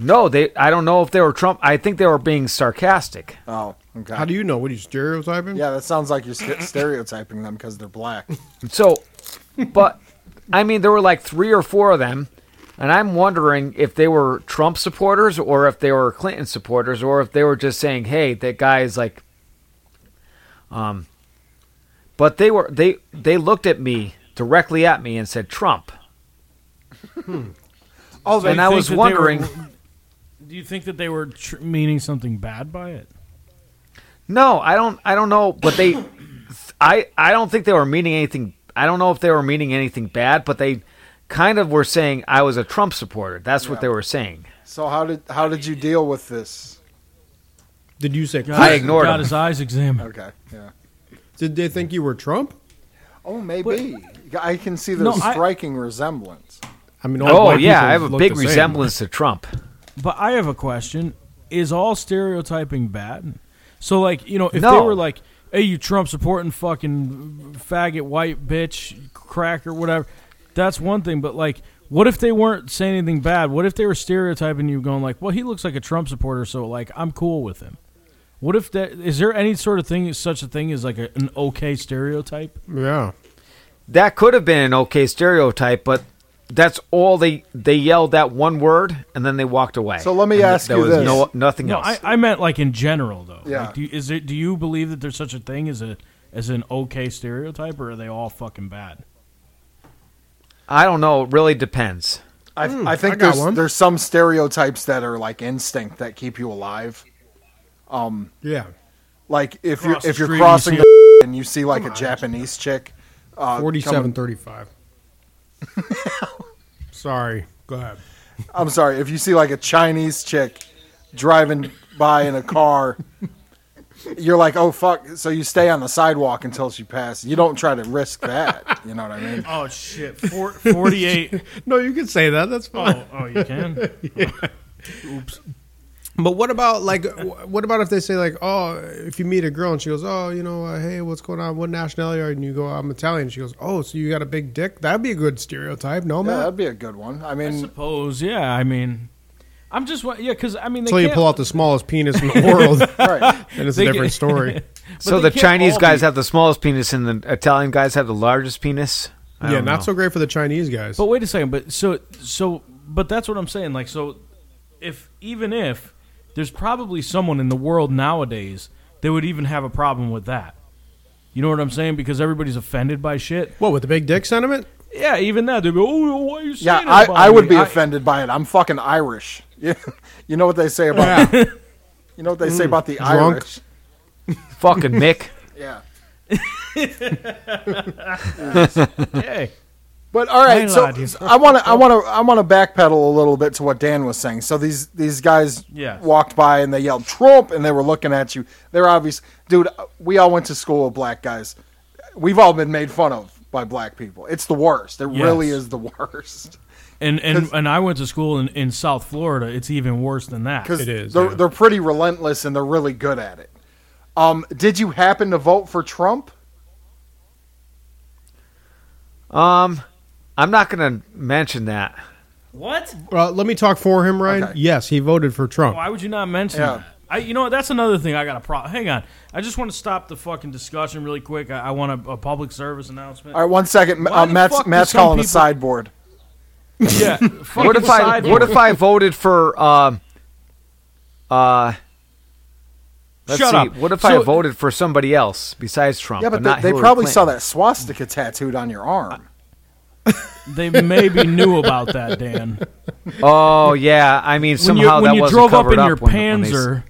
Speaker 3: No, they. I don't know if they were Trump. I think they were being sarcastic.
Speaker 4: Oh, okay.
Speaker 1: How do you know? What are you stereotyping?
Speaker 4: yeah, that sounds like you're st- stereotyping them because they're black.
Speaker 3: So, but I mean, there were like three or four of them, and I'm wondering if they were Trump supporters or if they were Clinton supporters or if they were just saying, "Hey, that guy is like." Um. But they were they they looked at me directly at me and said Trump,
Speaker 4: Oh, they,
Speaker 3: and I
Speaker 2: think
Speaker 3: was
Speaker 2: that they were-
Speaker 3: wondering.
Speaker 2: Do you think that they were tr- meaning something bad by it?
Speaker 3: No, I don't. I don't know, but they, I, I don't think they were meaning anything. I don't know if they were meaning anything bad, but they kind of were saying I was a Trump supporter. That's what they were saying.
Speaker 4: so how did how did you deal with this?
Speaker 1: Did you say?
Speaker 3: I ignored
Speaker 2: Got
Speaker 3: him.
Speaker 2: his eyes examined.
Speaker 4: Okay, yeah.
Speaker 1: Did they think you were Trump?
Speaker 4: Oh, maybe I can see the
Speaker 2: No, I-
Speaker 4: striking resemblance.
Speaker 1: I mean, all
Speaker 3: Oh
Speaker 1: black
Speaker 3: yeah,
Speaker 1: people
Speaker 3: I have a
Speaker 1: look
Speaker 3: big
Speaker 1: the same.
Speaker 3: resemblance to Trump.
Speaker 2: But I have a question: Is all stereotyping bad? So, like, you know, if
Speaker 3: No.
Speaker 2: they were like, "Hey, you Trump supporting fucking faggot, white bitch, cracker, whatever," that's one thing. But like, what if they weren't saying anything bad? What if they were stereotyping you, going like, "Well, he looks like a Trump supporter, so like, I'm cool with him." What if that is there any sort of thing, such a thing as like a, an okay stereotype?
Speaker 1: Yeah.
Speaker 3: That could have been an okay stereotype, but that's all they they yelled that one word and then they walked away.
Speaker 4: So let me
Speaker 3: And th-
Speaker 4: ask
Speaker 3: there
Speaker 4: you
Speaker 3: was
Speaker 4: this.
Speaker 3: no nothing
Speaker 2: No, I,
Speaker 3: else.
Speaker 2: I meant like in general though.
Speaker 4: Yeah.
Speaker 2: Like, do you, is it? Do you believe that there's such a thing as a as an okay stereotype, or are they all fucking bad?
Speaker 3: I don't know. It really depends.
Speaker 4: I,
Speaker 2: Hmm,
Speaker 4: I think
Speaker 1: I got
Speaker 4: there's
Speaker 1: one.
Speaker 4: there's some stereotypes that are like instinct that keep you alive.
Speaker 1: Yeah.
Speaker 4: Like if you're
Speaker 2: Cross the
Speaker 4: if you're
Speaker 2: street and you
Speaker 4: crossing
Speaker 2: see
Speaker 4: the and you see like a Japanese chick, uh,
Speaker 1: Forty-seven
Speaker 4: coming-
Speaker 1: thirty-five. Sorry. Go ahead.
Speaker 4: I'm sorry, if you see like a Chinese chick driving by in a car, you're like, oh fuck. So you stay on the sidewalk until she passes. You don't try to risk that. You know what I mean?
Speaker 2: Oh shit! Four, Forty-eight.
Speaker 1: No, you can say that. That's fine.
Speaker 2: oh, oh, you can.
Speaker 1: But what about like, wh- what about if they say like, oh, if you meet a girl and she goes, oh, you know, uh, hey, what's going on? What nationality are you? And you go, I'm Italian. She goes, oh, so you got a big dick? That'd be a good stereotype, no
Speaker 4: Yeah,
Speaker 1: man.
Speaker 4: that'd be a good one. I mean,
Speaker 2: Suppose. Yeah. I mean, I'm just. wa- Yeah. Because I mean, they
Speaker 1: Until you
Speaker 2: can't-
Speaker 1: pull out the smallest penis in the world,
Speaker 4: right.
Speaker 1: and it's
Speaker 2: They
Speaker 1: a
Speaker 2: get-
Speaker 1: different story.
Speaker 2: but
Speaker 3: So
Speaker 2: they
Speaker 3: the
Speaker 2: can't
Speaker 3: Chinese
Speaker 2: all
Speaker 3: guys
Speaker 2: be-
Speaker 3: have the smallest penis and the Italian guys have the largest penis. I
Speaker 1: yeah,
Speaker 3: don't
Speaker 1: not
Speaker 3: know.
Speaker 1: so great for the Chinese guys.
Speaker 2: But wait a second. But so so. But that's what I'm saying. Like so, if even if there's probably someone in the world nowadays that would even have a problem with that. You know what I'm saying? Because everybody's offended by shit.
Speaker 1: what with the big dick sentiment?
Speaker 2: Yeah, even that. They'd be, oh, why are you saying
Speaker 4: Yeah,
Speaker 2: that
Speaker 4: I,
Speaker 2: about
Speaker 4: I would
Speaker 2: me?"
Speaker 4: be offended by it. I'm fucking Irish. Yeah. You know what they say about You know what they say about the
Speaker 1: Drunk.
Speaker 4: Irish?
Speaker 3: Fucking Mick.
Speaker 4: Yeah.
Speaker 2: Hey,
Speaker 4: But all right,
Speaker 2: Hey,
Speaker 4: so
Speaker 2: lad, you-
Speaker 4: so I want to, I want to, I want to backpedal a little bit to what Dan was saying. So these these guys
Speaker 2: Yes.
Speaker 4: walked by and they yelled Trump, and they were looking at you. They're obvious, dude. We all went to school with black guys. We've all been made fun of by black people. It's the worst. It
Speaker 2: Yes.
Speaker 4: really is the worst
Speaker 2: and and and I went to school in, in South Florida. It's even worse than that.
Speaker 4: because
Speaker 1: It is,
Speaker 4: they're
Speaker 1: yeah.
Speaker 4: they're pretty relentless and they're really good at it. Um, did you happen to vote for Trump?
Speaker 3: Um, I'm not gonna mention that.
Speaker 2: What?
Speaker 1: Uh, let me talk for him, Ryan.
Speaker 4: Okay.
Speaker 1: Yes, he voted for Trump.
Speaker 2: Why would you not mention
Speaker 4: Yeah.
Speaker 2: that? I, you know what? That's another thing I got a problem. Hang on. I just want to stop the fucking discussion really quick. I, I want a, a public service announcement.
Speaker 4: All right, one second.
Speaker 2: Why
Speaker 4: Uh,
Speaker 2: the
Speaker 4: Matt's
Speaker 2: fuck do
Speaker 4: Matt's
Speaker 2: some
Speaker 4: calling the
Speaker 2: people-
Speaker 4: sideboard.
Speaker 2: Yeah. fucking
Speaker 3: What if I
Speaker 2: sideboard.
Speaker 3: what if I voted for um uh Let's
Speaker 2: Shut
Speaker 3: see.
Speaker 2: up.
Speaker 3: What if
Speaker 2: So-
Speaker 3: I voted for somebody else besides Trump?
Speaker 4: Yeah, but
Speaker 3: not
Speaker 4: they, they
Speaker 3: Hillary
Speaker 4: probably
Speaker 3: Clinton?
Speaker 4: saw that swastika tattooed on your arm.
Speaker 2: They maybe knew about that, Dan.
Speaker 3: Oh yeah, I mean
Speaker 2: When
Speaker 3: somehow
Speaker 2: you, when
Speaker 3: that
Speaker 2: you
Speaker 3: wasn't
Speaker 2: drove up
Speaker 3: covered
Speaker 2: in your
Speaker 3: when- when they-
Speaker 2: Panzer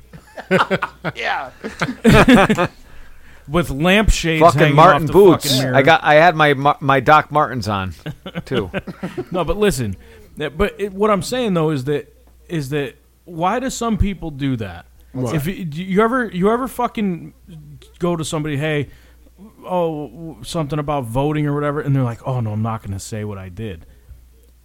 Speaker 4: Yeah.
Speaker 2: with lampshades
Speaker 3: fucking
Speaker 2: hanging
Speaker 3: Martin
Speaker 2: off the
Speaker 3: boots.
Speaker 2: fucking mirror.
Speaker 3: I got. I had my Mar- my Doc Martens on, too.
Speaker 2: No, but listen. that- But it, what I'm saying though is that is that why do some people do that? If you, do you ever you ever fucking go to somebody, hey, oh w- something about voting or whatever, and they're like, oh no, I'm not going to say what I did.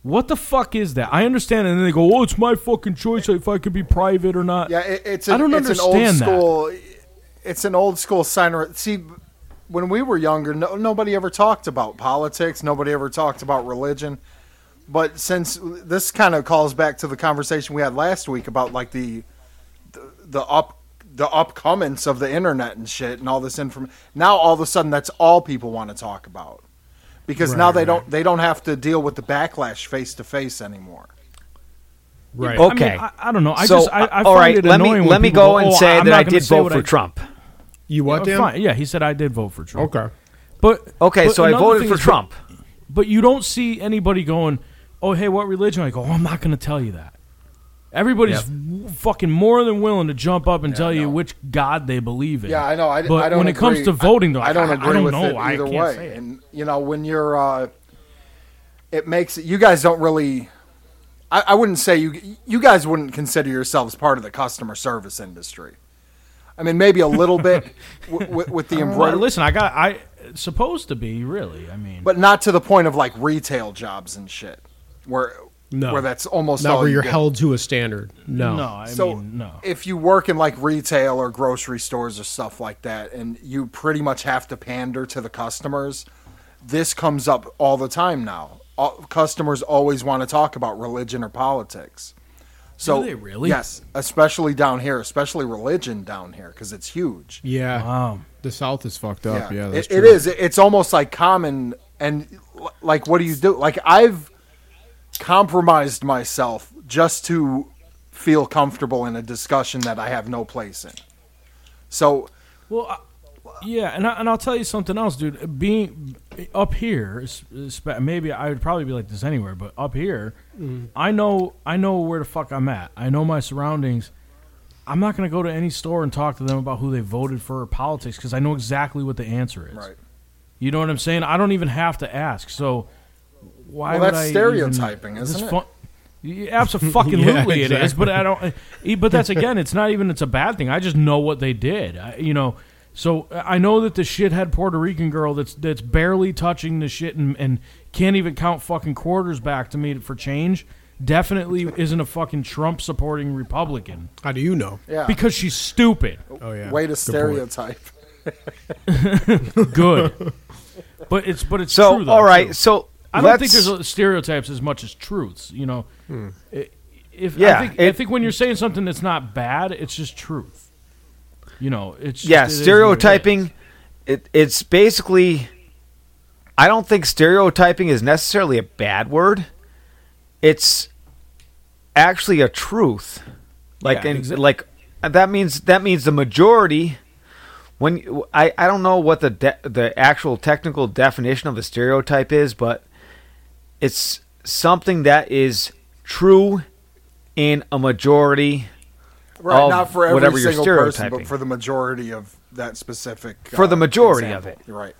Speaker 2: What the fuck is that? I understand, and then they go, "Oh, it's my fucking choice if I could be private or not."
Speaker 4: Yeah, it, it's
Speaker 2: I
Speaker 4: an-
Speaker 2: don't
Speaker 4: it's
Speaker 2: understand
Speaker 4: an
Speaker 2: that.
Speaker 4: old school. It's an old school sign. or- See, when we were younger, no, nobody ever talked about politics. Nobody ever talked about religion. But since this kind of calls back to the conversation we had last week about like the the, the up the upcomings of the internet and shit and all this information. Now all of a sudden, that's all people want to talk about because now they don't they don't have to deal with the backlash face to face anymore.
Speaker 1: Right.
Speaker 2: I mean,
Speaker 3: Okay.
Speaker 2: I, I don't know. I
Speaker 3: so
Speaker 2: just I, I
Speaker 3: uh,
Speaker 2: find
Speaker 3: all right,
Speaker 2: it
Speaker 3: let me
Speaker 2: annoying when
Speaker 3: let me
Speaker 2: people
Speaker 3: go and
Speaker 2: "Oh,
Speaker 3: say
Speaker 2: I'm
Speaker 3: that
Speaker 2: not
Speaker 3: I
Speaker 2: gonna
Speaker 3: did
Speaker 2: say
Speaker 3: vote
Speaker 2: what
Speaker 3: for
Speaker 2: I-"
Speaker 3: Trump.
Speaker 1: you
Speaker 2: Oh,
Speaker 1: what, Dan?
Speaker 2: fine. Yeah, he said I did vote for Trump.
Speaker 1: Okay.
Speaker 2: But
Speaker 3: Okay,
Speaker 2: but
Speaker 3: so I
Speaker 2: another
Speaker 3: voted
Speaker 2: thing
Speaker 3: for
Speaker 2: is-
Speaker 3: Trump.
Speaker 2: But you don't see anybody going, "Oh, hey, what religion?" I go, "Oh, I'm not going to tell you that." Everybody's w- fucking more than willing to jump up and tell you which god they believe in.
Speaker 4: Yeah, I know. I,
Speaker 2: but
Speaker 4: I don't
Speaker 2: when it
Speaker 4: agree.
Speaker 2: comes to voting, though,
Speaker 4: I, don't agree
Speaker 2: I don't
Speaker 4: with
Speaker 2: know.
Speaker 4: it
Speaker 2: I
Speaker 4: either
Speaker 2: can't
Speaker 4: way.
Speaker 2: say it.
Speaker 4: And you know, when you're, uh, it makes it. You guys don't really. I, I wouldn't say you. You guys wouldn't consider yourselves part of the customer service industry. I mean, maybe a little bit w- w- with the
Speaker 2: Well,
Speaker 4: embroidery,
Speaker 2: Uh, listen, I got I supposed to be really. I mean,
Speaker 4: but not to the point of like retail jobs and shit, where
Speaker 1: No.
Speaker 4: where that's almost
Speaker 1: Not
Speaker 4: all
Speaker 1: where
Speaker 4: you
Speaker 1: you're
Speaker 4: get.
Speaker 1: held to a standard. No.
Speaker 2: no, I
Speaker 4: so
Speaker 2: mean, no.
Speaker 4: if you work in like retail or grocery stores or stuff like that and you pretty much have to pander to the customers this comes up all the time now all, customers always want to talk about religion or politics so
Speaker 2: they really?
Speaker 4: yes especially down here especially religion down here because it's huge
Speaker 1: Yeah.
Speaker 2: Wow.
Speaker 6: The South is fucked up. Yeah, that's
Speaker 4: it, it
Speaker 6: true.
Speaker 4: is. It- It's almost like common and l- like what do you do? Like I've compromised myself just to feel comfortable in a discussion that I have no place in. So
Speaker 2: Well, I, yeah, and I, and I'll tell you something else, dude. Being up here, is- is- maybe I would probably be like this anywhere, but up here, I know I know where the fuck I'm at. I know my surroundings. I'm not going to go to any store and talk to them about who they voted for or politics because I know exactly what the answer is.
Speaker 4: Right.
Speaker 2: You know what I'm saying? I don't even have to ask. So why
Speaker 4: Well,
Speaker 2: would
Speaker 4: that's
Speaker 2: I
Speaker 4: stereotyping,
Speaker 2: even,
Speaker 4: isn't
Speaker 2: It's
Speaker 4: it?
Speaker 2: fun- yeah, absolutely, it is.
Speaker 1: exactly.
Speaker 2: But I don't. eh, But that's again, it's not even. It's a bad thing. I just know what they did. I, you know, so I know that the shithead Puerto Rican girl that's that's barely touching the shit and, and can't even count fucking quarters back to me for change. Definitely isn't a fucking Trump supporting Republican
Speaker 1: How do you know?
Speaker 4: yeah,
Speaker 2: because she's stupid.
Speaker 1: Oh yeah.
Speaker 4: way
Speaker 1: Good
Speaker 4: to
Speaker 1: point.
Speaker 4: stereotype.
Speaker 2: Good, but it's but it's
Speaker 3: So
Speaker 2: true, though,
Speaker 3: all right,
Speaker 2: too.
Speaker 3: so
Speaker 2: I don't think
Speaker 3: let's-
Speaker 2: there's a- stereotypes as much as truths. You know,
Speaker 1: Hmm.
Speaker 2: I- if
Speaker 3: Yeah,
Speaker 2: I, think, I
Speaker 3: it-
Speaker 2: think when you're saying something that's not bad, it's just truth. You know, it's just,
Speaker 3: yeah
Speaker 2: it is what it is.
Speaker 3: stereotyping it, it's basically i don't think stereotyping is necessarily a bad word it's actually a truth like
Speaker 2: Yeah,
Speaker 3: and,
Speaker 2: exa-
Speaker 3: like that means that means the majority when you- i i don't know what the de- the actual technical definition of a stereotype is but it's something that is true in a majority
Speaker 4: Right,
Speaker 3: Of
Speaker 4: not for
Speaker 3: whatever
Speaker 4: every
Speaker 3: you're
Speaker 4: single person, but
Speaker 3: stereotyping.
Speaker 4: for the majority of that specific. uh,
Speaker 3: For the majority of
Speaker 4: example.
Speaker 3: it.
Speaker 4: You're right.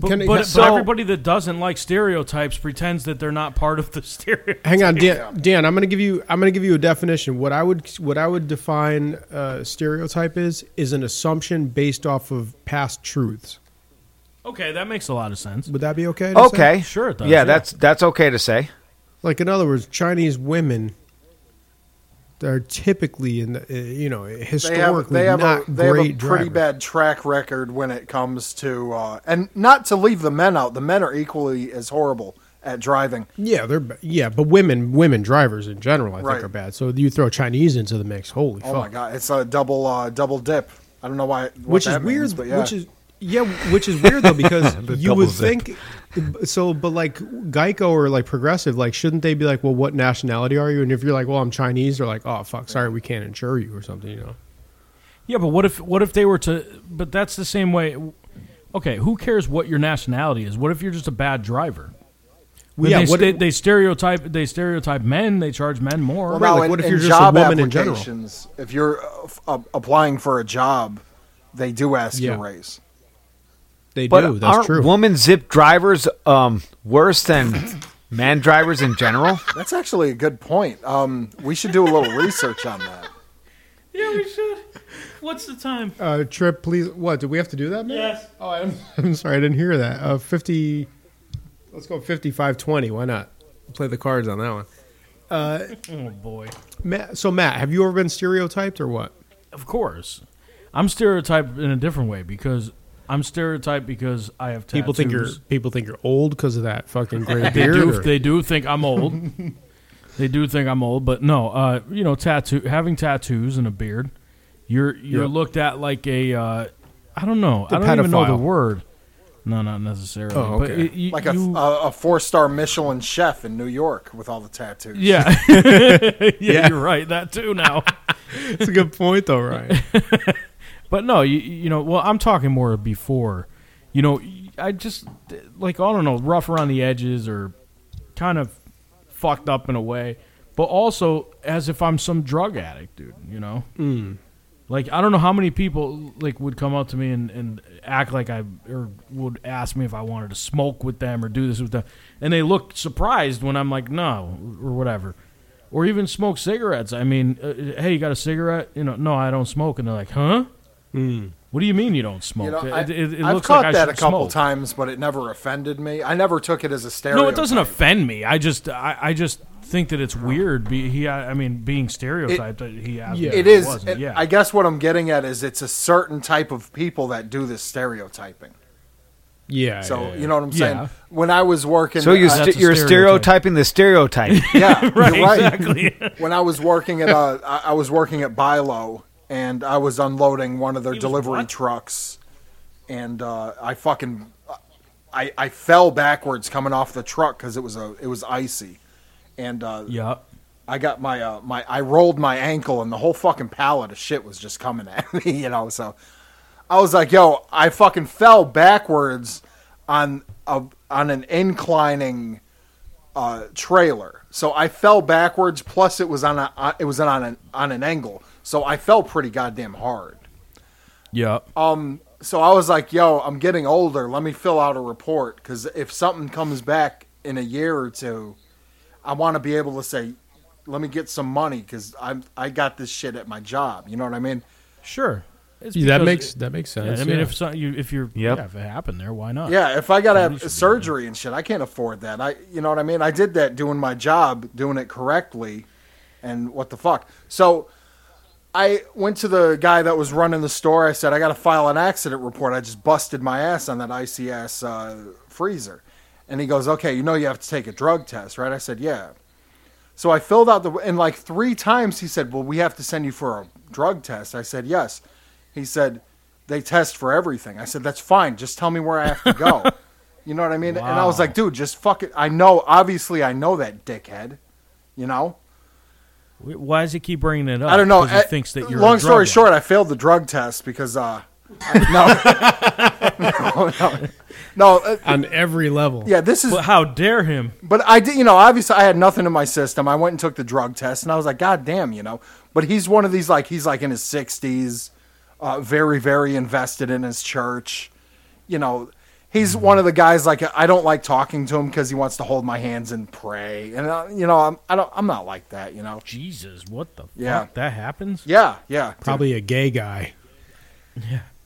Speaker 2: But,
Speaker 1: Can-
Speaker 2: but,
Speaker 1: so-
Speaker 2: but everybody that doesn't like stereotypes pretends that they're not part of the stereotype.
Speaker 1: Hang on, Dan. Dan, I'm gonna give you. I'm gonna give you a definition. What I would what I would define uh, stereotype is is an assumption based off of past truths.
Speaker 2: Okay, that makes a lot of sense.
Speaker 1: Would that be okay? to say?
Speaker 3: okay
Speaker 2: Sure it does,
Speaker 3: yeah
Speaker 2: yeah.
Speaker 3: that's that's okay to say
Speaker 1: Like in other words, Chinese women are typically in the, uh, you know
Speaker 4: They have
Speaker 1: historically
Speaker 4: they have a,
Speaker 1: not
Speaker 4: they have
Speaker 1: great
Speaker 4: a pretty
Speaker 1: drivers.
Speaker 4: bad track record when it comes to uh, and not to leave the men out. The men are equally as horrible at driving.
Speaker 1: Yeah, they're ba- yeah, but women women drivers in general I
Speaker 4: Right.
Speaker 1: think are bad. So you throw Chinese into the mix. Holy
Speaker 4: Oh
Speaker 1: fuck!
Speaker 4: my god, it's a double uh, double dip. I don't know why, what
Speaker 1: which is
Speaker 4: that
Speaker 1: weird.
Speaker 4: means, but yeah.
Speaker 1: Which is yeah, which is weird though because you
Speaker 3: double
Speaker 1: would
Speaker 3: zip.
Speaker 1: think so, but like Geico or like Progressive, like shouldn't they be like, well, what nationality are you? And if you're like, well, I'm Chinese, they're like, oh fuck, sorry, we can't insure you or something, you know.
Speaker 2: Yeah, but what if what if they were to? But that's the same way. Okay, who cares what your nationality is? What if you're just a bad driver?
Speaker 1: yeah,
Speaker 2: they,
Speaker 1: what-
Speaker 2: st- they stereotype they stereotype men. They charge men more.
Speaker 1: Well, like,
Speaker 4: in-
Speaker 1: what if
Speaker 4: in
Speaker 1: you're just a
Speaker 4: job
Speaker 1: woman in general?
Speaker 4: applications, If you're uh, f- uh, applying for a job, they do ask
Speaker 1: Yeah.
Speaker 4: your race.
Speaker 1: They
Speaker 3: But
Speaker 1: do. That's
Speaker 3: aren't
Speaker 1: true.
Speaker 3: woman zip drivers um, worse than man drivers in general?
Speaker 4: That's actually a good point. Um, we should do a little research on that.
Speaker 2: Yeah, we should. What's the time?
Speaker 1: uh, Trip, please. What do we have to do that? Man?
Speaker 2: Yes.
Speaker 1: Oh, I'm, I'm sorry, I didn't hear that. Uh, Fifty. Let's go fifty-five twenty. Why not? Play the cards on that one.
Speaker 2: Oh boy.
Speaker 1: Matt, so Matt, have you ever been stereotyped or what?
Speaker 2: Of course, I'm stereotyped in a different way because I'm stereotyped because I have tattoos.
Speaker 1: People think you're people think you're old because of that fucking gray
Speaker 2: they
Speaker 1: beard.
Speaker 2: do
Speaker 1: or-
Speaker 2: they do think I'm old. they do think I'm old, but no, uh, you know, tattoo having tattoos and a beard, you're you're
Speaker 1: Yeah.
Speaker 2: looked at like a uh, I don't know, I don't even know the
Speaker 1: pedophile.
Speaker 2: word. No, not necessarily.
Speaker 1: Oh,
Speaker 2: But
Speaker 1: okay.
Speaker 2: it- you-
Speaker 4: Like a, uh,
Speaker 2: you-
Speaker 4: a, a four star Michelin chef in New York with all the tattoos.
Speaker 2: yeah. yeah, you're right. That too now.
Speaker 1: That's a good point though, Ryan.
Speaker 2: But no, you you know, well, I'm talking more before. You know, I just like I don't know, rough around the edges or kind of fucked up in a way, but also as if I'm some drug addict, dude. You know, mm. like I don't know how many people like would come up to me and, and act like I or would ask me if I wanted to smoke with them or do this with them, and they look surprised when I'm like no or whatever. Or even smoke cigarettes. I mean, uh, hey, you got a cigarette? You know, no, I don't smoke. And they're like, huh? What do you mean you don't smoke?
Speaker 4: You know, I,
Speaker 2: it, it, it
Speaker 4: I've
Speaker 2: looks
Speaker 4: caught
Speaker 2: like I
Speaker 4: that
Speaker 2: should
Speaker 4: a couple
Speaker 2: smoke.
Speaker 4: times, but it never offended me. I never took it as a stereotype.
Speaker 2: No, it doesn't offend me. I just, I, I just think that it's weird. Be, he, I mean, being stereotyped. that he asked me if
Speaker 4: It is.
Speaker 2: wasn't.
Speaker 4: it-
Speaker 2: yeah,
Speaker 4: I guess what I'm getting at is it's a certain type of people that do this stereotyping.
Speaker 1: Yeah.
Speaker 4: So
Speaker 1: yeah, yeah.
Speaker 4: you know what I'm saying.
Speaker 2: Yeah.
Speaker 4: When I was working,
Speaker 3: So you
Speaker 4: I-
Speaker 2: That's
Speaker 3: st-
Speaker 2: a
Speaker 3: you're
Speaker 2: stereotype.
Speaker 3: stereotyping the stereotype.
Speaker 4: yeah, you're right.
Speaker 2: exactly.
Speaker 4: When I was working at uh, I I was working at Bilo, and I was unloading one of their delivery
Speaker 2: what?
Speaker 4: trucks, and uh, I fucking I I fell backwards coming off the truck because it was a it was icy, and uh,
Speaker 2: yeah.
Speaker 4: I got my uh, my I rolled my ankle and the whole fucking pallet of shit was just coming at me, you know. So I was like, "Yo, I fucking fell backwards on a on an inclining uh, trailer." So I fell backwards. Plus, it was on a uh, it was on an on an angle, so I fell pretty goddamn hard.
Speaker 2: Yeah.
Speaker 4: So I was like, "Yo, I'm getting older. Let me fill out a report because if something comes back in a year or two, I want to be able to say." Let me get some money because I'm I got this shit at my job. You know what I mean?
Speaker 2: sure. It's
Speaker 1: Yeah, that
Speaker 2: because-
Speaker 1: makes that makes
Speaker 2: Yeah,
Speaker 1: sense.
Speaker 2: I mean,
Speaker 1: yeah.
Speaker 2: if so, you, if you're, yeah, if it happened there, why not?
Speaker 4: Yeah, if I gotta have surgery and shit, I can't afford that. I, you know what I mean. I did that doing my job, doing it correctly, and what the fuck. So, I went to the guy that was running the store. I said, I gotta file an accident report. I just busted my ass on that ICS uh, freezer, and he goes, Okay, you know you have to take a drug test, right? I said, Yeah. So I filled out the and like three times he said, "Well, we have to send you for a drug test." I said, "Yes." He said, "They test for everything." I said, "That's fine. Just tell me where I have to go." you know what I mean? And I was like, "Dude, just fuck it. I know. Obviously, I know that dickhead. You know."
Speaker 2: Wh- Why does he keep bringing it up?
Speaker 4: I don't know.
Speaker 2: Oh, 'Cause He
Speaker 4: I-
Speaker 2: thinks that you're. a
Speaker 4: long
Speaker 2: drug
Speaker 4: story
Speaker 2: addict.
Speaker 4: short, I failed the drug test because uh, I, no, no, no, no. uh,
Speaker 1: on every level.
Speaker 4: yeah, this is
Speaker 2: But how dare him?
Speaker 4: But I did, you know, obviously I had nothing in my system. I went and took the drug test, and I was like, God damn, you know. But he's one of these like he's like in his sixties, uh, very very invested in his church. You know, he's one of the guys like I don't like talking to him because he wants to hold my hands and pray, and uh, you know I'm I don't I'm not like that, you know.
Speaker 2: Jesus, what the
Speaker 4: Yeah.
Speaker 2: fuck? That happens.
Speaker 4: Yeah, yeah,
Speaker 1: Probably a gay guy.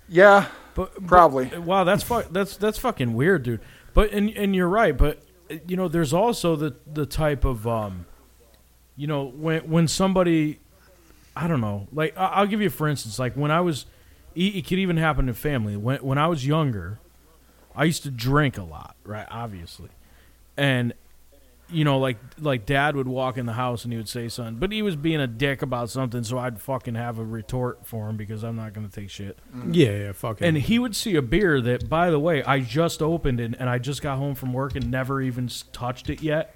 Speaker 4: yeah.
Speaker 2: But, but-
Speaker 4: Probably.
Speaker 2: Uh, wow, that's fuck. That's that's fucking weird, dude. But and and you're right. But uh, you know, there's also the the type of um, you know, when when somebody, I don't know. Like I- I'll give you for instance. Like when I was, it, it could even happen in family. When when I was younger, I used to drink a lot, right? Obviously, and you know, like like dad would walk in the house and he would say something, but he was being a dick about something, so I'd fucking have a retort for him because I'm not gonna take shit.
Speaker 4: Mm.
Speaker 1: Yeah, yeah, fucking.
Speaker 2: And he would see a beer that, by the way, I just opened and, and I just got home from work and never even s- touched it yet.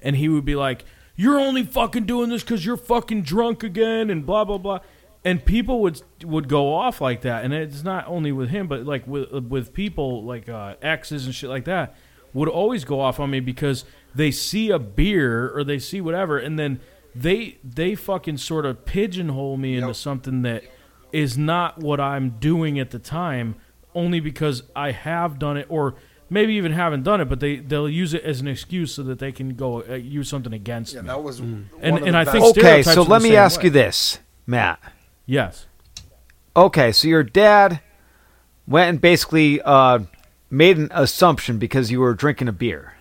Speaker 2: And he would be like, You're only fucking doing this because you're fucking drunk again and blah, blah, blah. and people would would go off like that and it's not only with him but like with uh, with people like uh, exes and shit like that would always go off on me because they see a beer or they see whatever and then they they fucking sort of pigeonhole me into something that is not what I'm doing at the time only because I have done it or maybe even haven't done it but they they'll use it as an excuse so that they can go uh, use something against me
Speaker 4: That was
Speaker 2: and and I think
Speaker 3: Okay,
Speaker 2: stereotypes
Speaker 3: so
Speaker 2: are the
Speaker 3: let me
Speaker 2: same
Speaker 3: ask
Speaker 2: way.
Speaker 3: you this, Matt.
Speaker 2: yes
Speaker 3: Okay, so your dad went and basically uh, made an assumption because you were drinking a beer.